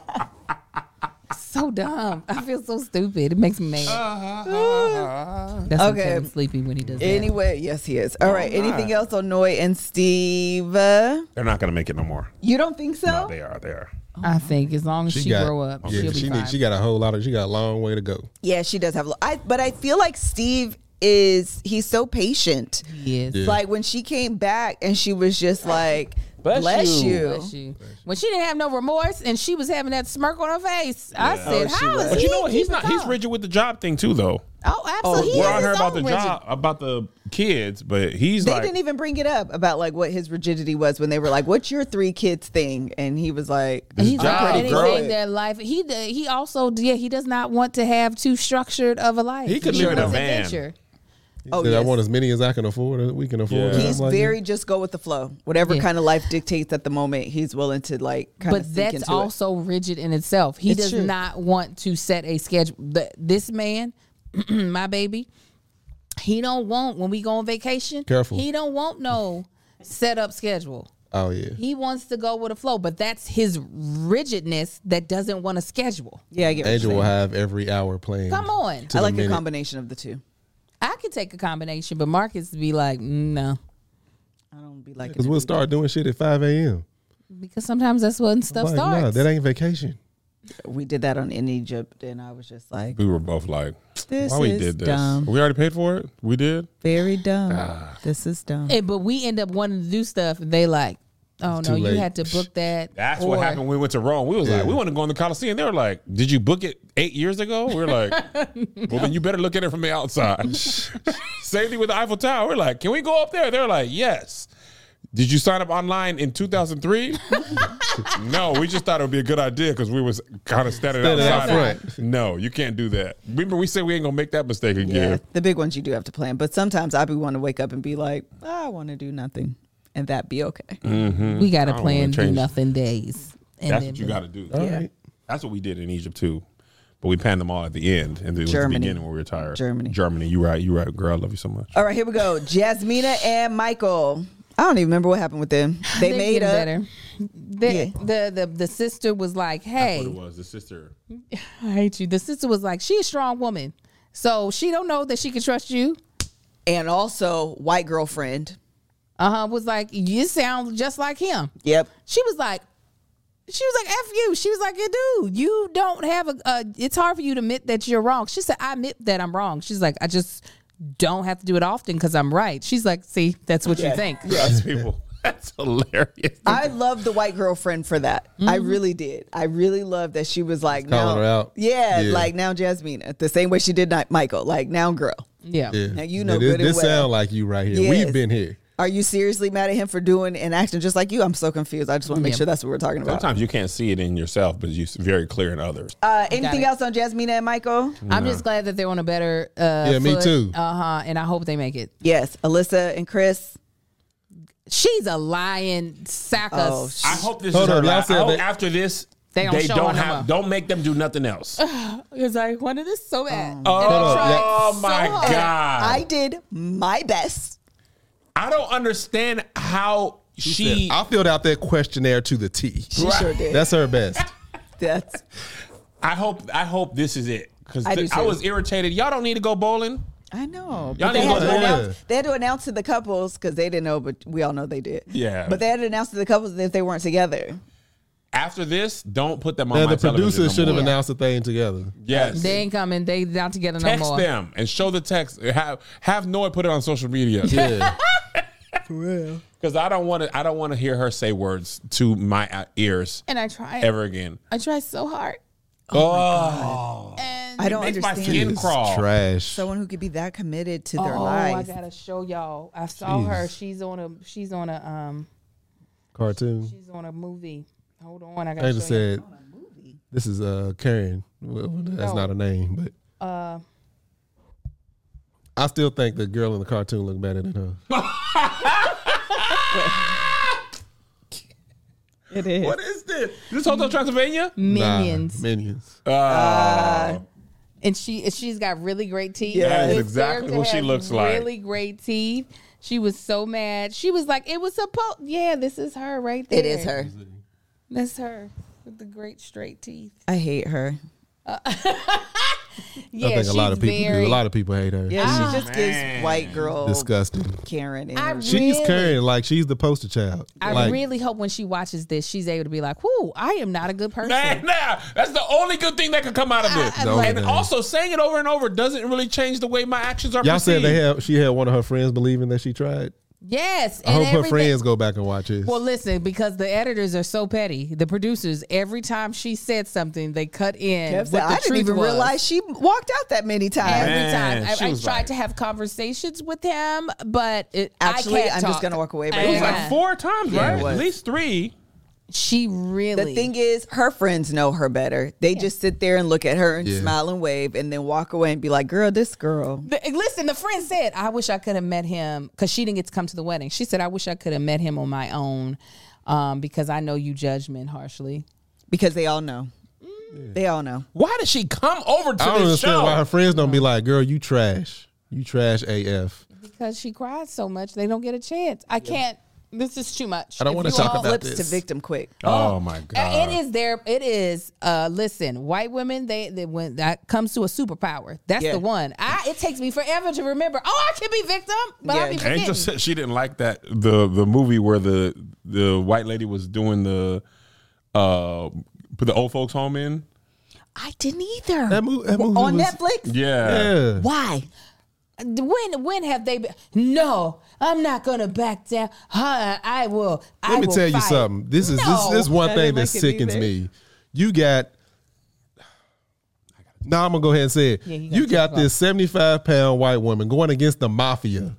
C: so dumb. I feel so stupid. It makes me mad. That's okay.
A: Okay.
C: Kevin's sleepy when he does that.
A: Anyway, yes, he is. All right. Anything else on Noy and Steve? Uh,
E: They're not gonna make it no more.
A: You don't think so?
E: No, they are. They are.
C: I think as long as she,
D: got,
C: grow up,
D: Yeah,
C: she'll be
D: she
C: fine.
D: need, she got a whole lot of. She got a long way to go.
A: yeah, she does have. a lo- I but I feel like Steve is he's so patient.
C: He is.
A: Like when she came back and she was just like,
E: Bless
A: "Bless,
E: you."
A: you."
C: Bless you. When she didn't have no remorse and she was having that smirk on her face, I said,
A: Oh, she
C: "How is
A: was.
C: he?"
E: But you know what? He's
C: keeping
E: not. He's
C: calm?
E: rigid with the job thing too, though.
C: Oh, absolutely.
E: We're
C: he
E: on
C: has
E: her
C: his
E: about
C: own
E: the
C: rigid.
E: job, about the kids, but he's
A: They
E: like,
A: didn't even bring it up about like what his rigidity was when they were like, "What's your three kids thing?" And he was like,
C: He's
E: job,
C: not
E: pretty girl.
C: anything that life. He d- he also yeah he does not want to have too structured of a life.
E: He could live in a
C: wants
E: van.
C: adventure.
A: "Oh,
D: Said, I
A: yes.
D: want as many as I can afford. As we can afford.
E: Yeah.
D: I'm
A: He's
D: like,
A: very just go with the flow. Whatever
C: Uh, Yeah.
A: kind of life dictates at the moment, he's willing to like kind of
C: But
A: sink
C: that's
A: into it.
C: also rigid in itself. He
A: It's
C: does
A: true.
C: not want to set a schedule. The- This man, my baby, he don't want when we go on vacation.
D: Careful.
C: He don't want no set up schedule.
D: Oh yeah.
C: He wants to go with the flow, but that's his rigidness that doesn't want to schedule.
A: Yeah, I get what
D: Angel
A: you're
D: will
A: saying.
D: have every hour planned.
C: Come on.
D: to
A: I
D: the
A: like a
D: minute.
A: combination of the two.
C: I could take a combination, but Marcus be like, "Mm, no.
A: I don't be like
D: Because we'll start doing shit at 5 a.m.
C: because sometimes that's when stuff
D: Like, nah,
C: starts.
D: that ain't vacation.
A: We did that on in Egypt, and I was just like,
E: We were both like,
A: This
E: why we
A: is
E: did this?
A: dumb.
E: We already paid for it. We did.
A: very dumb. This is dumb.
C: Eh, but we end up wanting to do stuff, and they like, oh no,
D: too
C: you
D: late.
C: had to book that.
E: That's what
C: or-
E: happened when we went to Rome. We was like, we want to go in the Coliseum. They were like, did you book it eight years ago? We are like, well, then you better look at it from the outside. Same thing with the Eiffel Tower. We're like, can we go up there? They're like, yes. Did you sign up online in 2003? no, we just thought it would be a good idea because we was kind of standing
D: Standing out
E: outside.
D: front.
E: No, you can't do that. Remember, we said we ain't gonna make that mistake
A: Yeah.
E: again.
A: the big ones you do have to plan, but sometimes I be want to wake up and be like, I want to do nothing, and that be okay.
D: Mm.
C: We got to
E: don't wanna
C: plan do
E: change-
C: nothing days. And
E: That's
C: then-
E: what you got to do.
D: All right.
E: That's what we did in Egypt too. But we panned them all at the end, and it was
A: Germany.
E: the beginning where we were tired.
A: Germany.
E: Germany. You right. You right, girl. I love you so much.
A: All right, here we go. Jasmina and Michael. I don't even remember what happened with them. They
C: They're
A: made
C: getting
A: up.
C: better. They- the, the the sister was like, "Hey,
E: What it was the sister.
C: I hate you." The sister was like, "She's a strong woman, so she don't know that she can trust you."
A: And also, white girlfriend.
C: Uh huh. Was like, "You sound just like him."
A: Yep.
C: She was like, she was like, "F you." She was like, "You do. You don't have a. Uh, it's hard for you to admit that you're wrong." She said, "I admit that I'm wrong." She's like, "I just don't have to do it often because I'm right." She's like, "See, that's what you think."
E: That's people. That's hilarious.
A: I love the white girlfriend for that. I really did. I really love that she was like,
D: Mm-hmm. calling
A: now,
D: her out.
A: Yeah,
D: Yeah.
A: like now Jasmina, the same way she did not Michael. Like now, girl,
C: Yeah.
D: Yeah.
A: Now you know
D: this,
A: good and
D: this
A: well.
D: sound like you right here.
A: Yes.
D: We've been here.
A: are you seriously mad at him for doing and acting just like you? I'm so confused. I just want to make
C: Yeah.
A: sure that's what we're talking about.
E: Sometimes you can't see it in yourself, but you very clear in others.
A: Uh, anything
C: it.
A: else on Jasmina and Michael?
C: I'm just glad that they're on a better. Uh,
D: Yeah, me too.
C: Uh huh. And I hope they make it.
A: Yes, Alyssa and Chris.
C: She's a lying sack
A: Oh,
C: of.
A: sh-
E: I hope this
D: Hold
E: is her
D: on, y'all
E: last. I
D: said
E: hope
D: they-
E: after this,
C: They
E: they,
C: don't show
E: don't
C: on them
E: have.
C: up.
E: Don't make them do nothing else.
C: Because I wanted this so bad.
D: on,
E: oh my
C: hard.
E: god!
A: I did my best.
E: I don't understand how she.
D: I filled out that questionnaire to the T.
A: She sure did.
D: That's her best.
A: That's
E: I hope. I hope this is it because
A: I do
E: I
A: too.
E: was irritated. Y'all don't need to go bowling.
A: I know.
E: Y'all
A: But they,
E: need
A: had
E: to
A: to
E: go-
A: announce, they had to announce to the couples because they didn't know, but we all know they did.
E: Yeah.
A: But they had to announce to the couples that they weren't together.
E: After this, don't put them on
D: Now,
E: my
D: the producer
E: television no
D: should have
E: more.
D: announced the thing together.
E: Yes.
C: They ain't coming. They not together no
E: text
C: more.
E: them and show the text. Have have Noah put it on social media.
D: Yeah.
E: Because I don't want to. I don't want to hear her say words to my uh, ears
C: And I tried.
E: ever again.
C: I tried so hard.
E: Oh,
C: And
A: I don't
E: makes my
A: understand
E: skin crawl.
D: Trash.
A: someone who could be that committed to their
C: oh,
A: lives.
C: I gotta show y'all. I saw her. She's on a. She's on a. Um.
D: Cartoon.
C: She's on a movie. Hold on. I
D: I
C: gotta
D: just
C: show you.
D: said, this is uh, Karen. Well, that's
C: No.
D: not a name, but.
C: Uh,
D: I still think the girl in the cartoon looked better than her.
A: It is.
E: what is this? This Hotel Transylvania? Uh,
C: Minions.
D: Nah, minions.
C: and she she's got really great teeth.
A: Yeah. That is
C: This
E: exactly
C: character
E: what she
C: has
E: looks like.
C: Really great teeth. She was so mad. She was like, "It was supposed. Yeah, this is her right there.
A: It is her.
C: That's her with the great straight teeth.
A: I hate her.
C: Yeah,
D: I think a lot of
C: she's
D: people
C: very-
D: do. A lot of people hate her.
A: Yeah, she just gives white girl
D: Disgusting.
A: Karen
C: I
A: energy.
D: She's
C: really,
D: Karen. Like, she's the poster child.
C: I
D: like,
C: really hope when she watches this, she's able to be like, "Whoo, I am not a good person."
E: Man, nah, that's the only good thing that could come out of this.
C: I- I
D: like
E: and
D: that.
E: also, saying it over and over doesn't really change the way my actions are.
D: Y'all said
E: perceived.
D: they had she had one of her friends believing that she tried.
C: Yes,
D: I
C: and
D: hope her
C: everything-
D: friends go back and watch this.
C: Well, listen, because the editors are so petty. The producers, every time she said something, they cut in.
A: Kev
C: what
A: said,
C: the
A: I didn't
C: truth
A: even
C: was.
A: realize she walked out that many times.
C: every
E: Man,
C: time.
E: she
C: I, I
E: was
C: tried
E: like-
C: to have conversations with him, but it,
A: Actually,
C: I can't
A: I'm just
C: talk.
A: gonna walk away
C: I
A: right
E: It was
C: can't.
E: like four times,
A: Yeah, it
E: right?
A: was.
E: At least three.
C: She really.
A: The thing is, her friends know her better. They just sit there and look at her and
D: Yeah.
A: smile and wave and then walk away and be like, girl, this girl.
C: The- listen, the friend said, "I wish I could have met him because she didn't get to come to the wedding." She said, "I wish I could have met him on my own um, because I know you judge men harshly."
A: Because they all know. They all know.
E: Why did she come over to
D: I don't
E: this
D: understand
E: show?
D: why her friends don't be like, "Girl, you trash. You trash AF."
C: Because she cried so much, they don't get a chance. I can't. This is too much.
D: I don't
C: If
D: wanna
C: you
D: talk
C: all-
D: about
A: Flips to
D: this.
A: victim quick.
E: Oh my god!
A: Uh,
C: It is their. It is. Uh, listen, white women. They, they when that comes to a superpower. That's
A: Yeah.
C: the one. I. It takes me forever to remember. Oh, I can be victim, but
A: Yeah.
C: I be forgetting.
E: Angel said she didn't like that the the movie where the the white lady was doing the uh put the old folks home in.
A: I didn't either.
D: That mo- that movie
A: on
D: was-
A: Netflix.
E: Yeah.
A: Why?
C: when when have they been? No, I'm not gonna back down. Huh, I will. I
D: Let me
C: will
D: tell you
C: fight.
D: something. This is this, this is
C: No.
D: one
A: I
D: thing
A: didn't
D: that
A: like it
D: sickens
A: either.
D: me. You got. No, I'm gonna go ahead and say it.
C: Yeah, you
D: you,
C: gotta take
D: got
C: it off.
D: this 75 pound white woman going against the mafia.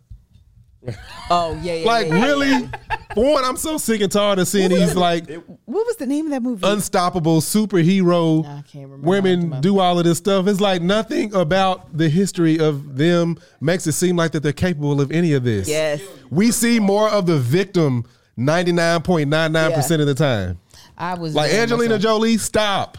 A: Oh yeah, yeah.
D: Like
A: yeah, yeah.
D: really, one. I'm so sick and tired of seeing these like
A: what was the name of that movie?
D: unstoppable superhero
C: I can't remember off the
D: women
C: mouth.
D: do all of this stuff. It's like nothing about the history of them makes it seem like that they're capable of any of this.
A: yes.
D: We see more of the victim 99.99% of the time.
C: I was
D: Like
C: very
D: Angelina
C: much-
D: Jolie, stop.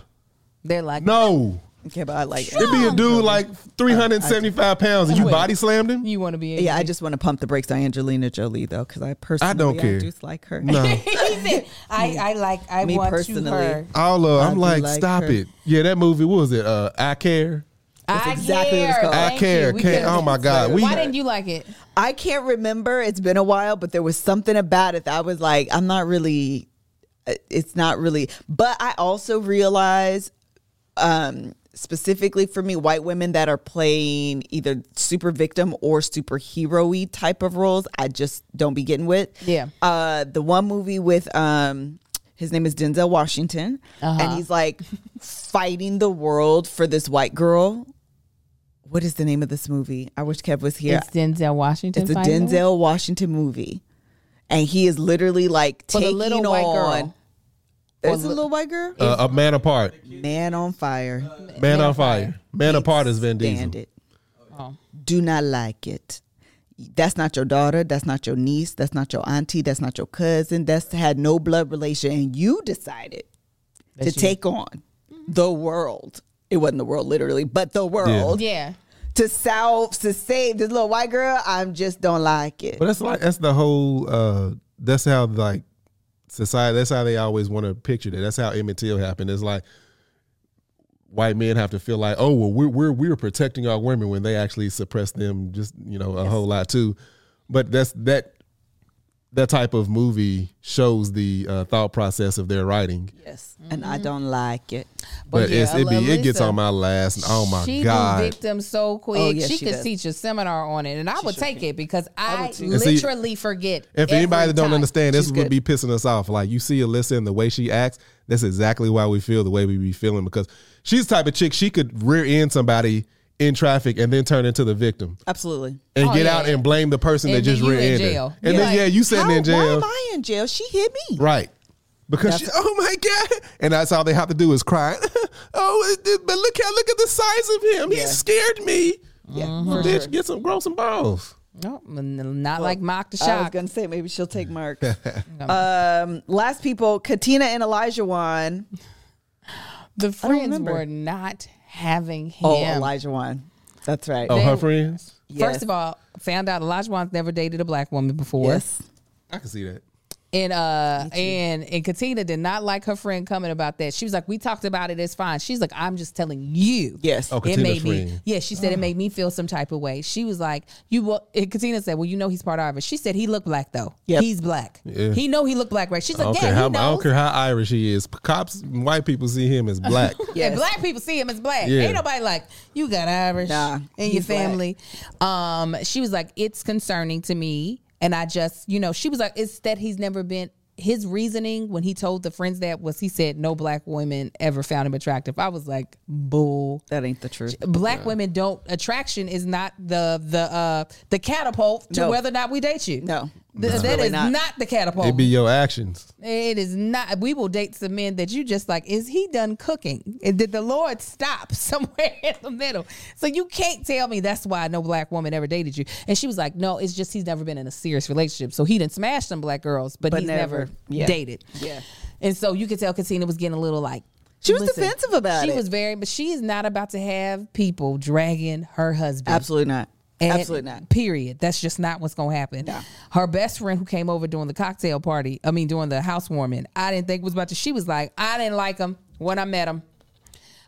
C: They're like
D: No.
A: Okay, but I like it.
D: It'd be a dude like 375 pounds and you body slammed him?
C: You want to be?
A: Yeah, I just want to pump the brakes on Angelina Jolie though, because I personally
D: I don't care.
A: just like her.
D: No.
C: He said, I, I like. I
A: Me
C: want
A: personally.
C: you her.
D: All of,
A: I
D: I'm
A: do
D: like,
A: like
D: stop
A: her.
D: it. Yeah, that movie, what was it? Uh, I Care.
C: I
A: exactly what it's called.
D: I
C: Thank
D: care.
C: you. We
D: Care.
C: couldn't
D: Oh my
C: answer.
D: God. We-
C: Why didn't you like it?
A: I can't remember. It's been a while, but there was something about it that I was like, I'm not really. uh, It's not really. But I also realize, um, specifically for me, white women that are playing either super victim or superhero-y type of roles, I just don't be getting with.
C: Yeah.
A: Uh, the one movie with um. His name is Denzel Washington,
C: Uh-huh.
A: and he's like fighting the world for this white girl. What is the name of this movie? I wish Kev was here.
C: It's Denzel Washington.
A: It's a
C: fighting him?
A: Denzel Washington movie, and he is literally like
C: For the
A: taking
C: little
A: on.
C: white girl.
A: Is it a little white girl?
D: Uh, a Man Apart.
A: Man on fire.
D: Man, on Fire. Man Apart is Vin Diesel.
A: Stand it.
C: Oh.
A: Do not like it. That's not your daughter. That's not your niece. That's not your auntie. That's not your cousin. That's had no blood relation, and you decided to take on the world. It wasn't the world, literally, but the world
C: Yeah.
A: to salve to save this little white girl. I just don't like it.
D: But that's like that's the whole. uh That's how like society. That's how they always want to picture that. That's how Emmett Till happened. It's like white men have to feel like, oh well, we're we're we're protecting our women when they actually suppress them. Just you know, a whole lot too. But that's that. That type of movie shows the uh, thought process of their writing,
A: Yes, and
C: Mm-hmm.
A: I don't like it.
D: but
C: yeah,
D: it's, it be it gets
C: Alyssa,
D: on my last. Oh my
C: she do
D: god!
C: victims so quick.
A: Oh, yes,
C: she,
A: she
C: could
A: does.
C: teach a seminar on it, and I would take it because I,
D: And see,
C: literally forget.
D: And for anybody
C: every
D: that don't
C: time.
D: understand, this
A: She's good.
D: would be pissing us off. Like you see Alyssa and the way she acts, that's exactly why we feel the way we be feeling because she's the type of chick she could rear end somebody in traffic and then turn into the victim
A: Absolutely.
D: and
C: Oh,
D: get
C: yeah.
D: out and blame the person
C: And
D: that
C: then
D: just
C: you
D: rear
C: in
D: ended.
C: jail.
D: And
C: Yeah.
D: then yeah, you sitting
A: How-
D: in jail,
A: Why am I in jail? She hit me.
D: right? Because she, oh my god, and that's all they have to do is cry. oh, it- it- but look how look at the size of him. He scared me.
A: Yeah,
D: Bitch, get some grow some balls.
C: No, n- not like mock the
A: I was
C: shock.
A: gonna say maybe she'll take Mark. um, last people, Katina and Elijah Wan.
C: the friends
A: remember.
C: were not having him.
A: Oh, Elijah Wan. That's right.
D: Oh,
C: They-
D: her friends.
A: Yes.
C: First of all, found out Elijah Wan's never dated a black woman before.
A: yes.
D: I can see that.
C: And uh and and Katina did not like her friend coming about that. She was like, "We talked about it. It's fine." She's like, "I'm just telling you."
A: Yes.
D: Oh,
C: it
D: Katina's
C: made me.
D: friend.
C: Yeah, she said it made me feel some type of way. She was like, "You." Well, and Katina said, "Well, you know he's part of it." She said, "He looked black though.
A: Yep.
C: He's black.
D: Yeah.
C: He know he looked black, right?" She's
D: I
C: like,
D: don't,
C: "Yeah,
D: care
C: he
D: how, I
C: knows."
D: don't care how Irish he is. Cops, and white people see him as black.
C: Yeah,
A: Yes.
C: black people see him as black.
D: Yeah.
C: Ain't nobody like you got Irish
A: Nah,
C: in your
A: he's black.
C: family. Um, she was like, it's concerning to me, and I just, you know, she was like, it's that he's never been. His reasoning when he told the friends that was he said no black women ever found him attractive. I was like, bull.
A: That ain't the truth.
C: Black women don't attraction is not the the uh the catapult to
A: No.
C: whether or not we date you.
A: No.
C: Th-
A: It's
C: that
A: really
C: is
A: not.
C: not. the catapult.
D: it be your actions.
C: It is not. We will date some men that you just like. Is he done cooking? And Did the Lord stop somewhere in the middle? So you can't tell me that's why no black woman ever dated you. And she was like, no, it's just he's never been in a serious relationship. So he didn't smash some black girls, but,
A: But
C: he's
A: never-
C: never,
A: yeah.
C: dated.
A: Yeah.
C: And so you could tell Katina was getting a little like.
A: She was defensive about
C: she
A: it.
C: was very, but she is not about to have people dragging her husband
A: Absolutely not.
C: And
A: Absolutely not.
C: Period. That's just not what's gonna happen. Her best friend who came over during the cocktail party, I mean during the housewarming, I didn't think was about to. She was like, I didn't like him when I met him.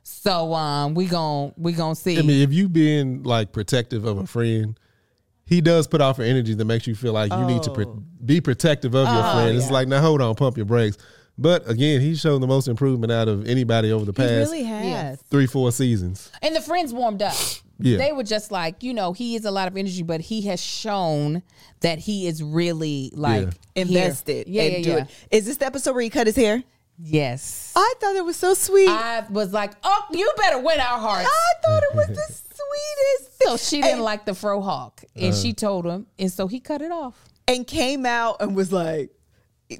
C: So um, we gon' we gon' see.
D: I mean, if you being like protective of a friend, he does put off an energy that makes you feel like you need to
A: Oh.
D: pro- be protective of your friend. It's like, now hold on, pump your brakes. But again, he's shown the most improvement out of anybody over the past
C: yes.
D: three, four seasons.
C: And the friends warmed up.
D: Yeah.
C: They were just like, you know, he is a lot of energy, but he has shown that he is really like
A: Invested.
C: Here. Yeah,
A: and
C: yeah,
A: do
C: yeah.
A: it. Oh, Is this the episode where he cut his hair?
C: Yes.
A: I thought it was so sweet. I,
C: I was like, oh, you better win our hearts.
A: thought it was the sweetest.
C: So she didn't
A: Oh, and,
C: like the fro hawk, and
D: Uh.
C: she told him, and so he cut it off.
A: and came out and was like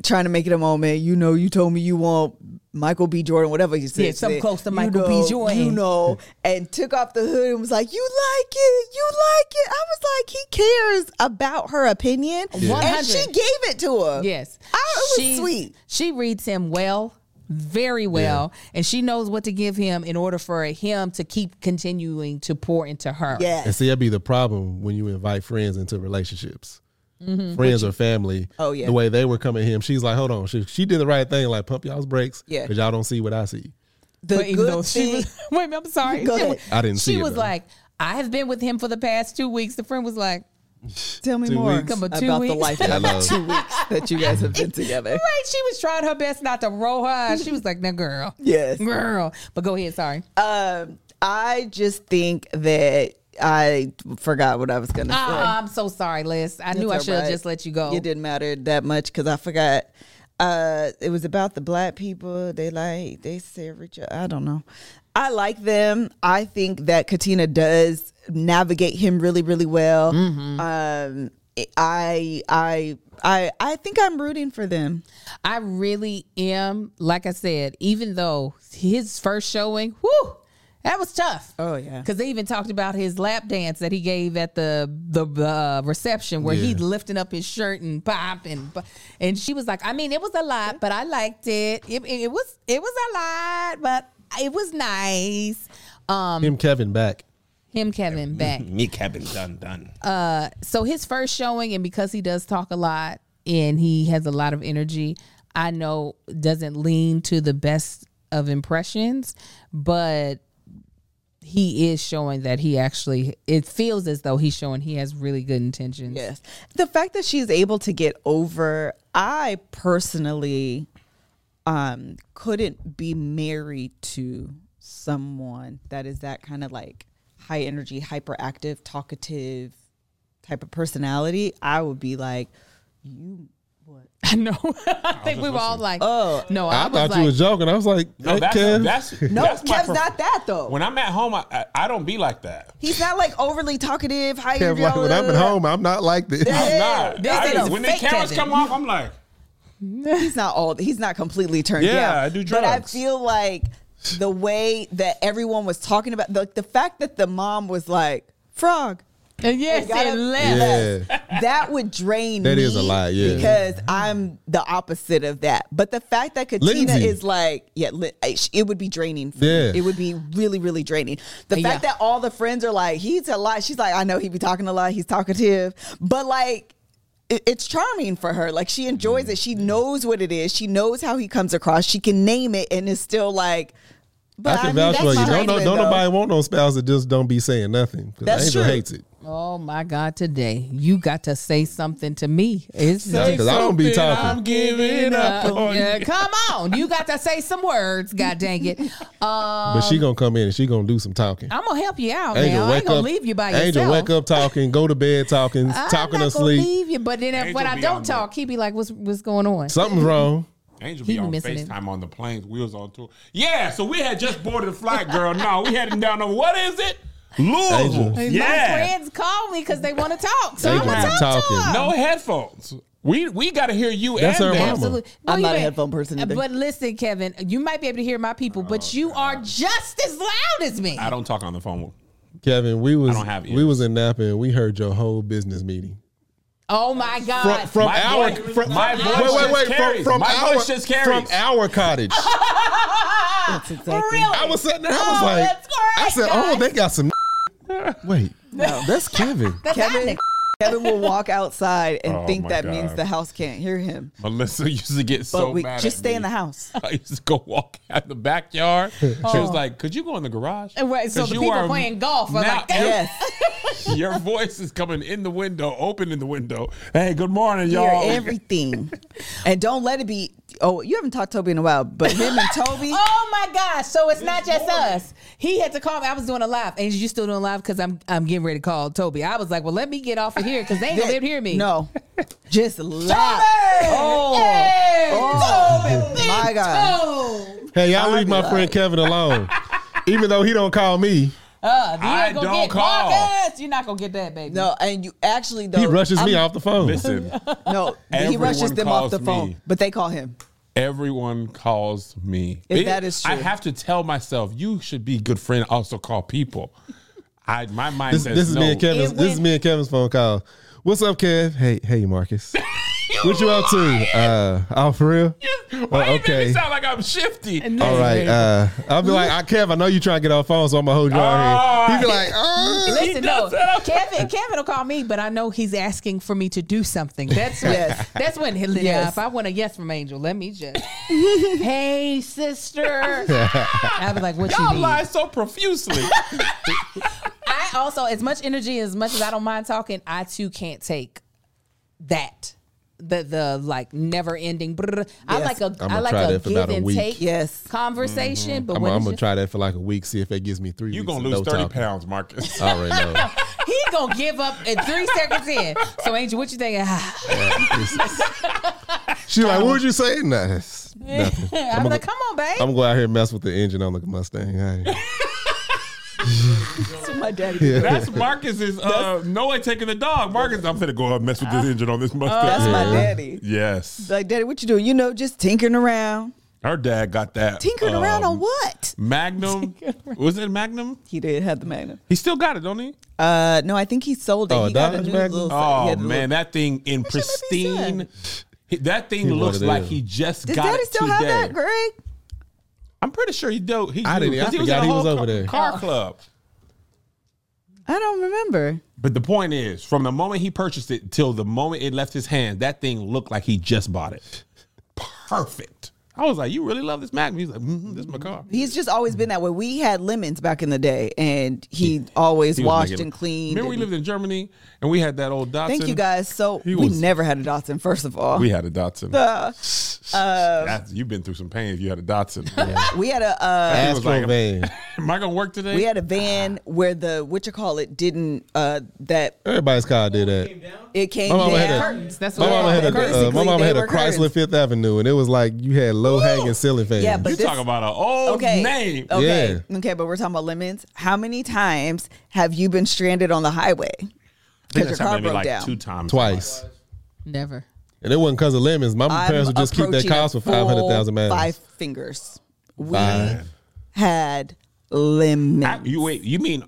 A: trying to make it a moment. You know, you told me you want Michael B. Jordan, whatever you said.
C: Yeah, something
A: said,
C: close to
A: you
C: Michael B.
A: know, You
C: Jordan.
A: know, and took off the hood and was like, "You like it? You like it?" I was like, "He cares about her opinion," and
C: 100.
A: she gave it to her.
C: Yes,
A: I, Uh, Oh, it was
C: She-
A: sweet.
C: She reads him well, very well, and she knows what to give him in order for him to keep continuing to pour into her.
A: Yes.
D: And see, that'd be the problem when you invite friends into relationships. Friends or family.
A: Mm-hmm. Oh, yeah.
D: The way they were coming at him, she's like, hold on. She, she did the right thing, like pump y'all's brakes.
A: Yeah.
D: Because y'all don't see what I see.
A: The
C: But even though
A: good
C: she
A: thing.
C: was, wait, a minute, I'm sorry.
A: Go
C: She
A: ahead.
C: was-
D: I didn't see
C: She
D: it,
C: was
D: though.
C: like, I have been with him for the past two weeks. The friend was like,
A: Tell me
D: Two
A: more
D: weeks.
C: Come on,
A: about
C: two
A: the
C: weeks.
A: life
D: I
A: of
D: love-
A: two weeks that you guys have been together.
C: right. She was trying her best not to roll her eyes. She was like, "Now, girl,
A: Yes.
C: girl." But go ahead. Sorry.
A: Um, I just think that I forgot what I was gonna
C: Uh,
A: say.
C: I'm so sorry, Liz. I knew I
A: That's
C: should
A: all
C: have
A: right.
C: just let you go.
A: It didn't matter that much because I forgot. Uh, it was about the black people. They like they said Richard. I don't know. I like them. I think that Katina does navigate him really, really well.
C: Mm-hmm.
A: Um, I, I, I, I think I'm rooting for them.
C: I really am. Like I said, even though his first showing, whoo, that was tough.
A: Oh, yeah.
C: because they even talked about his lap dance that he gave at the the uh, reception where he
D: Yeah.
C: lifting up his shirt and pop and and she was like, I mean, it was a lot, but I liked it. It, it was it was a lot, but it was nice. Um,
D: Him, Kevin, back.
C: him, Kevin, back.
E: Me, Kevin, done, done.
C: so his first showing and because he does talk a lot and he has a lot of energy i know doesn't lean to the best of impressions but he is showing that he actually it feels as though he's showing he has really good intentions
A: Yes. The fact that she's able to get over, I personally um couldn't be married to someone that is that kind of like high energy, hyperactive, talkative type of personality. I would be like, you
C: i know i think we were all like oh no i,
D: I,
C: was
D: thought
C: like,
D: you was joking. I was like,
E: No,
D: hey,
E: that's,
D: Kev.
E: that's
A: No,
E: that's my
A: Kev's
E: pref-
A: not that though.
E: When I'm at home, I, I, I don't be like that.
A: He's not like overly talkative, high
D: Kev,
A: energy.
D: like,
A: all
D: when I'm at
A: that.
D: home, I'm not like this.
E: I'm
A: Yeah,
E: not.
C: this
E: I
C: is
E: just-
C: a
E: when the
C: fake
E: cameras
C: Kevin.
E: come off, I'm like,
A: he's not all he's not completely turned
E: Yeah,
A: down.
E: I do
A: But I
E: drugs.
A: feel like the way that everyone was talking about the the fact that the mom was like, Frog,
C: and yes
A: You gotta-
C: and left
D: yeah.
A: that would drain
D: That
A: me
D: is a lie, yeah.
A: Because I'm the opposite of that. But the fact that Katina
D: Lindsay.
A: is like, yeah, Lin- it would be draining. For
D: Yeah.
A: Me. It would be really, really draining. The fact
C: Yeah.
A: that all the friends are like, he's a lot. She's like, I know he be talking a lot. He's talkative. But like, it- it's charming for her. Like, she enjoys it. She knows what it is. She knows how he comes across. She can name it and it's still like,
D: I
A: but
D: can
A: mean,
D: vouch
A: that's
D: for you.
A: my
D: Don't, don't,
A: husband,
D: don't
A: though.
D: nobody want no spouse that just don't be saying nothing. 'cause
A: That's
D: Angel
A: true.
D: hates it.
C: oh my god today you got to say something to me it's
D: Yeah, 'cause I don't be
E: "Something
D: talking.
E: I'm giving up
C: Uh,
E: on
C: yeah,
E: you.
C: come on. You got to say some words, god dang it. Uh,
D: But she gonna come in and she gonna do some talking.
C: I'm gonna help you out
D: Angel,
C: now. Oh, I ain't
D: wake
C: gonna
D: up.
C: leave you by
D: Angel,
C: yourself.
D: wake up talking, go to bed talking,
C: I'm
D: talking
C: not gonna
D: to sleep.
C: leave you, but then if, when
E: Angel
C: I
E: be on
C: don't
E: that.
C: talk, he be like, "What's what's going on?"
D: Something's wrong.
E: Angel
C: He
E: be
C: be
E: on
C: missing it.
E: FaceTime on the planes, wheels on tour. Yeah, so we had just boarded a flight, girl. No, we heading down on what is it? Louisville.
D: Angel.
C: My
E: Yeah.
C: friends call me because they want to talk, so I'm
D: Angel
C: gonna
D: be
C: talk
D: talking.
C: to 'em.
E: No headphones. We we gotta hear you
D: That's
E: and
D: her
E: them.
D: mama.
C: Absolutely.
A: I'm
C: you
A: not a
C: ain't.
A: headphone person either. Oh,
C: But listen, Kevin, you might be able to hear my people, but you are just as loud as me.
E: I don't talk on the phone. with-
D: Kevin, we was
E: don't have
D: we
E: ears.
D: was in Napa and we heard your whole business meeting.
C: Oh my
D: From
C: God!
D: from
E: My
D: our
E: voice-
D: from,
E: my
D: wait,
E: voice
D: wait, wait,
E: just
D: from,
E: carries.
D: from
E: My
D: our
E: voice just
D: from
E: carries.
D: our cottage.
C: really?
D: I was sitting there, I was
C: Oh,
D: like
C: that's all right,
D: I said,
C: guys.
D: Oh, they got some Wait, that's Kevin.
A: Kevin, Kevin will walk outside and
E: Oh
A: think
E: my
A: that means
E: God.
A: the house can't hear him.
E: Melissa used to get
A: But
E: so
A: we
E: mad.
A: just
E: at
A: stay
E: me.
A: in the house.
E: I used to go walk out the backyard.
D: Oh.
E: She was like, "Could you go in the garage?"
C: And right, so
E: 'Cause
C: the
E: you
C: people
E: are
C: playing golf are
E: now
C: like,
E: ev-
A: Yes.
E: your voice is coming in the window, open in the window. Hey, good morning,
A: Hear
E: y'all.
A: everything. and don't let it be. Oh, you haven't talked to Toby in a while, but him and Toby.
C: Oh my gosh! So it's not just us. He had to call me. I was doing a live, and you still doing live because I'm I'm getting ready to call Toby. I was like, well, let me get off of here because they ain't gonna be able to hear me.
A: No. Just laugh.
C: Oh.
A: Oh.
C: Hey,
A: Oh.
C: Toby,
A: My
C: big
A: God.
C: Toby.
D: Hey, y'all leave my friend Kevin alone. Even though he don't call me,
C: Uh, you
E: I
C: ain't gonna
E: don't
C: get
E: call.
C: Marcus. You're not gonna get that, baby.
A: No, and you actually though
D: he rushes me
A: I'm-
D: off the phone.
E: Listen,
A: No, he
E: Everyone
A: rushes them off
E: calls
A: the phone,
E: me.
A: but they call him.
E: everyone calls me.
A: If that is true.
E: I have to tell myself you should be a good friend. Also call people. I my mind
D: This,
E: says
D: this is
E: no.
D: me and Kevin's.
C: It
D: This is
C: went-
D: me and Kevin's phone call. What's up, Kev? Hey, hey, Marcus. what you up to? Uh, oh, for real?
E: Why
D: Oh,
E: you make
D: okay.
E: me sound like I'm shifty?
D: All right. Uh, I'll be like, I Kev. I know you trying to get off phone, so I'm gonna hold you out here. He'd be like, oh.
C: Listen, no, Kevin, Kevin will call me, but I know he's asking for me to do something. That's when,
A: Yes.
C: that's when he'll
A: Yes.
C: if I want a yes from Angel, let me just. hey, sister. I'll be like, what you
E: Y'all
C: need?
E: lie so profusely.
C: I also, as much energy as much as I don't mind talking, I too can't take that. The the like never ending. brrr. I
A: Yes.
C: like a
D: I'ma
C: I like
D: try
C: a
D: that for
C: give
D: about a
C: and
D: week.
C: take
A: Yes.
C: conversation. But
D: I'm,
C: when
D: I'm
C: it's
D: gonna
C: just-
D: try that for like a week. See if that gives me three.
E: You
D: weeks
E: gonna
D: of
E: lose
D: no
E: thirty
D: talking.
E: pounds, Marcus.
D: I already know.
C: he gonna give up in three seconds in. So Angel, what you thinking?
D: She like, what would you say? Nah, it's nothing.
C: I'm, like, come on, babe.
D: I'm gonna go out here and mess with the engine on the Mustang. All right.
A: My daddy.
E: That's Marcus is uh, Noah taking the dog. Marcus, I'm finna go out and mess with this engine on this Mustang.
A: Uh, That's my daddy.
E: yes,
A: Like, daddy, what you doing? You know, just tinkering around.
E: her dad got that.
A: Tinkering around
E: um,
A: on what?
E: Magnum was it Magnum?
A: He did have the Magnum.
E: He still got it, don't he?
A: Uh, no, I think he sold it.
D: Oh,
A: he got a
D: Dodge
A: new
D: Magnum?
A: little. he
E: Oh
A: had a
E: man,
A: little-
E: that thing in
A: That shit made me
E: pristine. He- That thing
D: He
E: looks
D: wanted it.
E: like he just
A: does
E: got
A: daddy
E: it
A: still
E: today.
A: have that, Greg?
E: I'm pretty sure he do. He
D: I
E: do,
D: didn't- I
E: 'cause
D: forgot
E: in a
D: he
E: whole
D: was over
E: car-
D: there.
A: Oh.
E: Car club.
A: I don't remember.
E: But the point is, from the moment he purchased it till the moment it left his hands, that thing looked like he just bought it. Perfect. I was like, "You really love this Magnum?" He's like, mm "This is my car."
A: He's just always been that way. We had lemons back in the day, and he, always
E: He was
A: washed
E: making-
A: and cleaned.
E: Remember, we
A: and-
E: lived in Germany and we had that old Datsun.
A: Thank you guys. So
E: He
A: we
E: was-
A: never had a Dotson, first of all.
E: We had a Datsun.
A: Uh,
E: That's- you've been through some pain if you had a Datsun.
A: we had a uh,
E: He
D: Astro
E: was like-
D: van.
E: Am I gonna work today?
A: we had a van where the what you call it didn't uh, that
D: Everybody's car did that.
A: it came
D: My mama had
A: down.
D: a-
C: Curtains, that's
D: My
C: what
D: mama
C: they
D: had
C: call them.
D: a uh, my
A: Basically,
D: mama
A: they
D: had a
A: were curtains.
D: Chrysler Fifth Avenue, and it was like you had low hanging ceiling fans.
A: Yeah, but
E: you
A: this-
E: talking about an old
A: okay.
E: name?
A: Okay.
D: Yeah.
A: Okay, but we're talking about lemons. How many times have you been stranded on the highway?
E: I think
A: Because your
E: that's
A: car
E: happened to
A: broke
E: me like
A: down.
E: two times.
D: twice,
C: Never.
D: and it wasn't because of lemons. My
A: I'm
D: parents would just keep that
A: approaching
D: cost
A: a
D: for five hundred thousand
A: full
D: miles.
A: Five fingers. We
D: Five.
A: had lemons.
E: I- you wait. You mean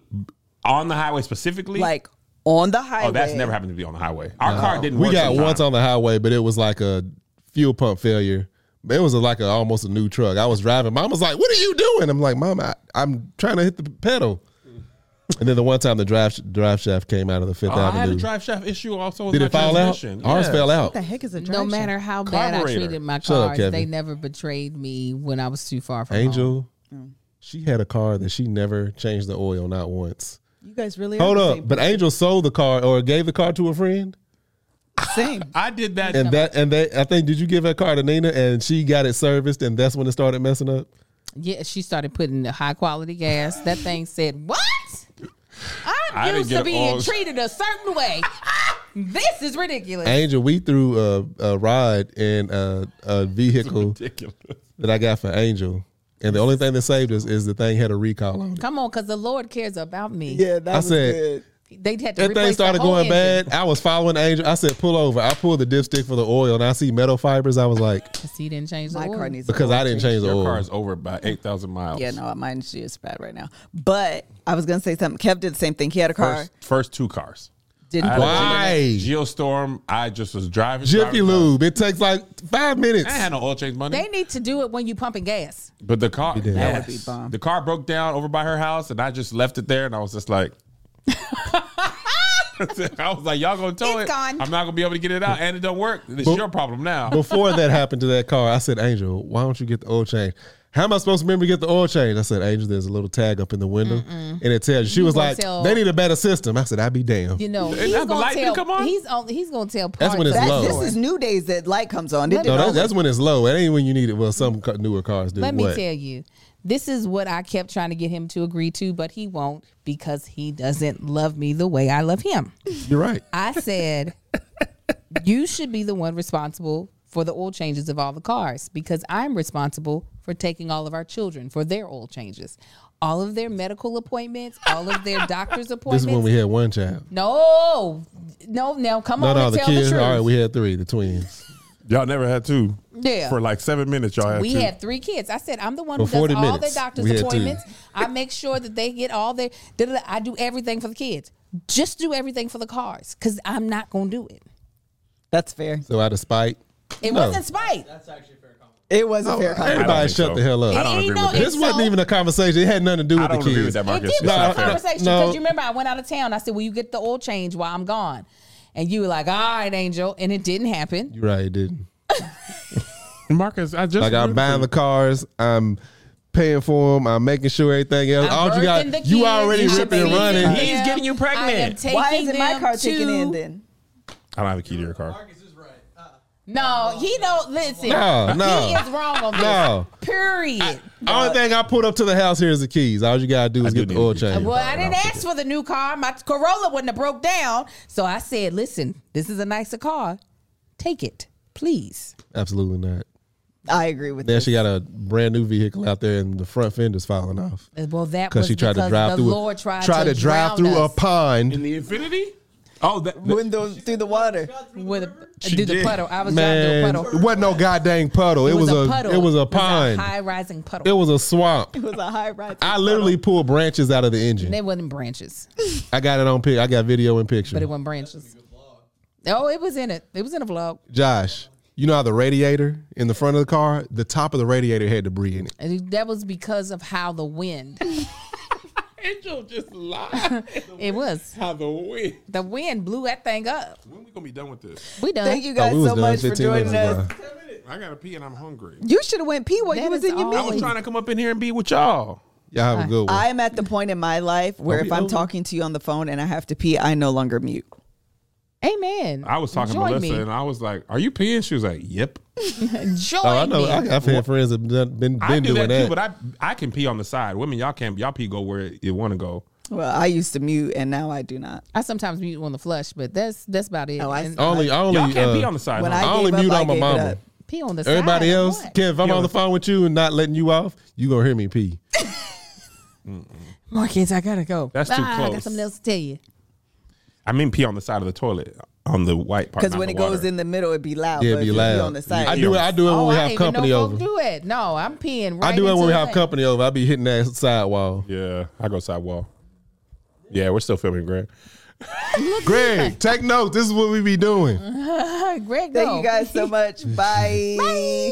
E: on the highway specifically?
A: like on the highway.
E: oh, that's never happened to be on the highway. Our car didn't.
D: Uh, We
E: work
D: got
E: sometime.
D: once on the highway, but it was like a fuel pump failure. It was like a, almost a new truck. I was driving. Mom was like, "What are you doing?" I'm like, "Mom, I, I'm trying to hit the pedal." And then the one time the drive drive shaft came out of the Fifth
E: Oh, I had
D: Avenue.
E: a drive shaft issue also. With
D: Did
E: my
D: it fall out?
E: transmission.
D: Ours
E: Yeah.
D: fell out.
A: What the heck is a
C: No matter how bad I
E: Carburetor.
C: treated my
D: Shut up,
C: car,
D: Kevin.
C: they never betrayed me when I was too far from home.
D: Angel,
A: Oh.
D: she had a car that she never changed the oil, not once.
A: You guys really
D: Hold
A: are the
D: up,
A: same
D: but Angel sold the car or gave the car to a friend,
A: Same.
E: I did that.
D: and that and they I think did you give that car to Nina and she got it serviced, and that's when it started messing up.
C: Yeah, she started putting the high quality gas. That thing said, "What?
E: I
C: I'm
E: didn't
C: used to
E: get
C: being
E: all-
C: treated a certain way. this is ridiculous."
D: Angel, we threw a, a ride in a, a vehicle
E: ridiculous.
D: that I got for Angel, and the only thing that saved us is the thing had a recall on it.
C: Come on, because the Lord cares about me.
A: Yeah, that
D: I
A: was
D: said-
A: good.
C: They had to
D: That thing
C: replace
D: started
C: the whole
D: going
C: engine.
D: bad. I was following Angel. I said, "Pull over." I pulled the dipstick for the oil, and I see metal fibers. I was like,
C: 'Cause He didn't change the
A: My
C: oil.
A: car needs
D: because I didn't change the
E: Your
D: oil.
E: car is over by eight thousand miles.
A: Yeah, no, mine is just bad right now. But I was gonna say something. Kev did the same thing. He had a car.
E: First, first two cars.
A: didn't
E: I had a
D: Why?
E: Geostorm. I just was driving.
D: Jiffy
E: driving,
D: Lube. It takes like five minutes.
E: I had no oil change money.
C: They need to do it when you pumping gas.
E: But the car,
D: did. That
A: would be
E: yes.
A: bomb.
E: The car broke down over by her house, and I just left it there, and I was just like, I was like, y'all gonna tow
C: It's
E: it.
C: gone.
E: I'm not gonna be able to get it out, and it don't work. It's your problem now.
D: Before that happened to that car, I said, Angel, why don't you get the oil change? How am I supposed to remember to get the oil change? I said, Angel, there's a little tag up in the window, and it tells you. She
C: You
D: was
C: gonna
D: like,
C: tell-
D: they need a better system. I said, I'd be damned.
C: You know,
E: Is
C: he's
E: that the
C: gonna
E: lightning
C: tell.
E: come on?
C: He's on. He's gonna tell.
D: That's when
C: parts
D: it's
C: of the
D: low.
A: That's, this
C: story.
A: is new days that light comes on. Did
C: Let
A: it
C: me-
D: no,
C: No,
D: that,
C: it's-
D: that's when it's low. That ain't when you need it. Well, some ca- newer cars do.
C: Let me
D: What?
C: tell you, this is what I kept trying to get him to agree to, but he won't because he doesn't love me the way I love him.
D: You're right.
C: I said, you should be the one responsible for the oil changes of all the cars because I'm responsible for taking all of our children for their oil changes, all of their medical appointments, all of their doctor's
D: This
C: appointments.
D: is when we had one child.
C: no, no, now come
D: No,
C: on
D: no,
C: and
D: the
C: tell
D: kids.
C: the truth.
D: all right, we had three, the twins.
E: Y'all never had two.
C: Yeah.
E: For like seven minutes, y'all had
C: We
E: two.
C: had three kids. I said, I'm the one
D: Well,
C: who does
D: 40
C: all their
D: minutes.
C: doctor's
D: We had two.
C: appointments. I make sure that they get all their. da, da, da. I do everything for the kids. Just do everything for the cars because I'm not going to do it.
A: That's fair.
D: So out of spite,
C: It
D: No.
C: wasn't spite.
A: It was a fair comment.
E: I don't
D: everybody
E: think
D: shut
E: so.
D: the hell up.
E: I don't
C: It- you
E: agree
C: know,
E: with that.
C: it-
D: This wasn't
C: so-
D: even a conversation. It had nothing to do
E: I
D: with the
E: don't agree with
D: kids.
E: that,
C: It
E: Marcus.
C: did
E: It's
C: become
D: No,
C: a
E: not fair.
C: conversation because
D: no.
C: you remember I went out of town. I said, "Will you get the oil change while I'm gone?" And you were like, "All right, Angel," and it didn't happen.
D: You're right. It didn't.
E: Marcus, I just
D: Like I'm buying the cars. I'm paying for them. I'm making sure everything else.
C: I'm
D: all you got,
C: birthing the
D: you
C: kids.
D: already
C: I'm
D: ripping and
C: feeding
D: running.
C: them.
E: He's getting you
C: I am
E: pregnant.
C: taking
A: Why isn't my
C: them
A: car
C: to-
A: taking in then?
E: I don't have a key to your car.
C: No, he don't listen.
D: No,
C: He
D: no.
C: is wrong on this.
D: No.
C: Period. Uh,
D: Only thing I put up to the house here is the keys. All you gotta do is
E: do
D: get the
E: need
D: oil
E: the keys.
D: change.
C: Well, I didn't ask for the new car. My Corolla wouldn't have broke down. So I said, listen, this is a nicer car. Take it, please.
D: Absolutely not.
A: I agree with
D: Then
A: this.
D: she got a brand new vehicle out there, and the front fender's falling off
C: Uh, Well, that
D: because
C: was
D: she tried
C: because
D: to drive
C: the
D: through.
C: Lord
D: a,
C: tried,
D: tried to, drive
C: drown
D: through
C: us
D: a pond.
E: In the Infinity? Oh, that,
A: Window through the water.
C: with a,
E: She
C: through the
E: did.
C: puddle. I was
D: Man,
C: driving
D: it
C: through a puddle.
D: wasn't no goddamn puddle. It, was, a,
C: puddle.
D: it was a pond.
C: high rising puddle.
D: It was a swamp.
A: It was a high rise.
D: I literally pulled branches out of the engine.
C: they wasn't branches,
D: I got it on pic. I got video and picture.
C: but it wasn't branches. Oh, it was in it. It was in a vlog.
D: Josh, you know how the radiator in the front of the car, the top of the radiator had debris in it.
C: And That was because of how the wind.
E: Angel just lied.
C: It was
E: How the wind.
C: the wind blew that thing up.
E: When we gonna be done with this?
C: We done.
A: Thank you
D: Oh,
A: guys
D: we was
A: so
D: done
A: much for
D: 15
A: joining
D: minutes
A: us.
D: ago.
E: I gotta pee and I'm hungry.
A: You should have went pee while
C: That
A: you was
C: is
A: in your
C: all.
E: I
A: meeting.
E: was trying to come up in here and be with y'all.
D: Y'all have a good one.
A: I'm at the point in my life where
D: Are we
A: if I'm
D: over?
A: talking to you on the phone and I have to pee, I no longer mute.
D: Oh.
C: Amen.
E: I was talking
C: Join
E: to Melissa
C: me.
E: and I was like, "Are you peeing?" She was like, "Yep."
C: Join
D: oh, I know.
C: me.
D: I, I've had friends that done, been,
E: I
D: been
E: do
D: doing
E: that,
D: that.
E: too, but I I can pee on the side. Women, y'all can't. Y'all pee go where you want to go.
A: Well, I used to mute and now I do not.
C: I sometimes mute on the flush, but that's that's about it.
A: Oh, I
C: And
A: see.
D: only, only,
E: Y'all can't pee
D: uh,
E: on the side.
A: When
E: huh?
D: I
A: I
D: only
A: gave
D: mute
A: up, I
D: on my
A: gave it
D: mama.
A: up.
C: pee on the side.
D: Everybody
C: and
D: else,
C: what?
D: Kev, if I'm
E: Yeah,
D: on the
E: but-
D: phone with you and not letting you off, you gonna hear me pee.
C: Marcus, I gotta go.
E: That's too
C: I got
E: close.
C: something else to tell you.
E: I mean, pee on the side of the toilet on the white part.
A: Because
E: not
A: when
E: the
A: it goes
E: water.
A: in the middle, it'd be loud.
D: Yeah,
A: but
D: it'd be
A: if you
D: loud.
A: on the side.
D: I do it. I do it when
C: oh,
D: we
C: I
D: have
C: didn't even
D: company
C: know
D: over.
C: Folk do it. No, I'm peeing. Right
D: I do it
C: into
D: when we
C: the
D: have
C: thing.
D: company over. I be hitting that sidewall.
E: yeah, I go sidewall. Yeah, we're still filming, Greg.
D: Greg, take notes. This is what we be doing.
C: Hi, Greg,
A: Thank
C: go.
A: you guys so much. Bye.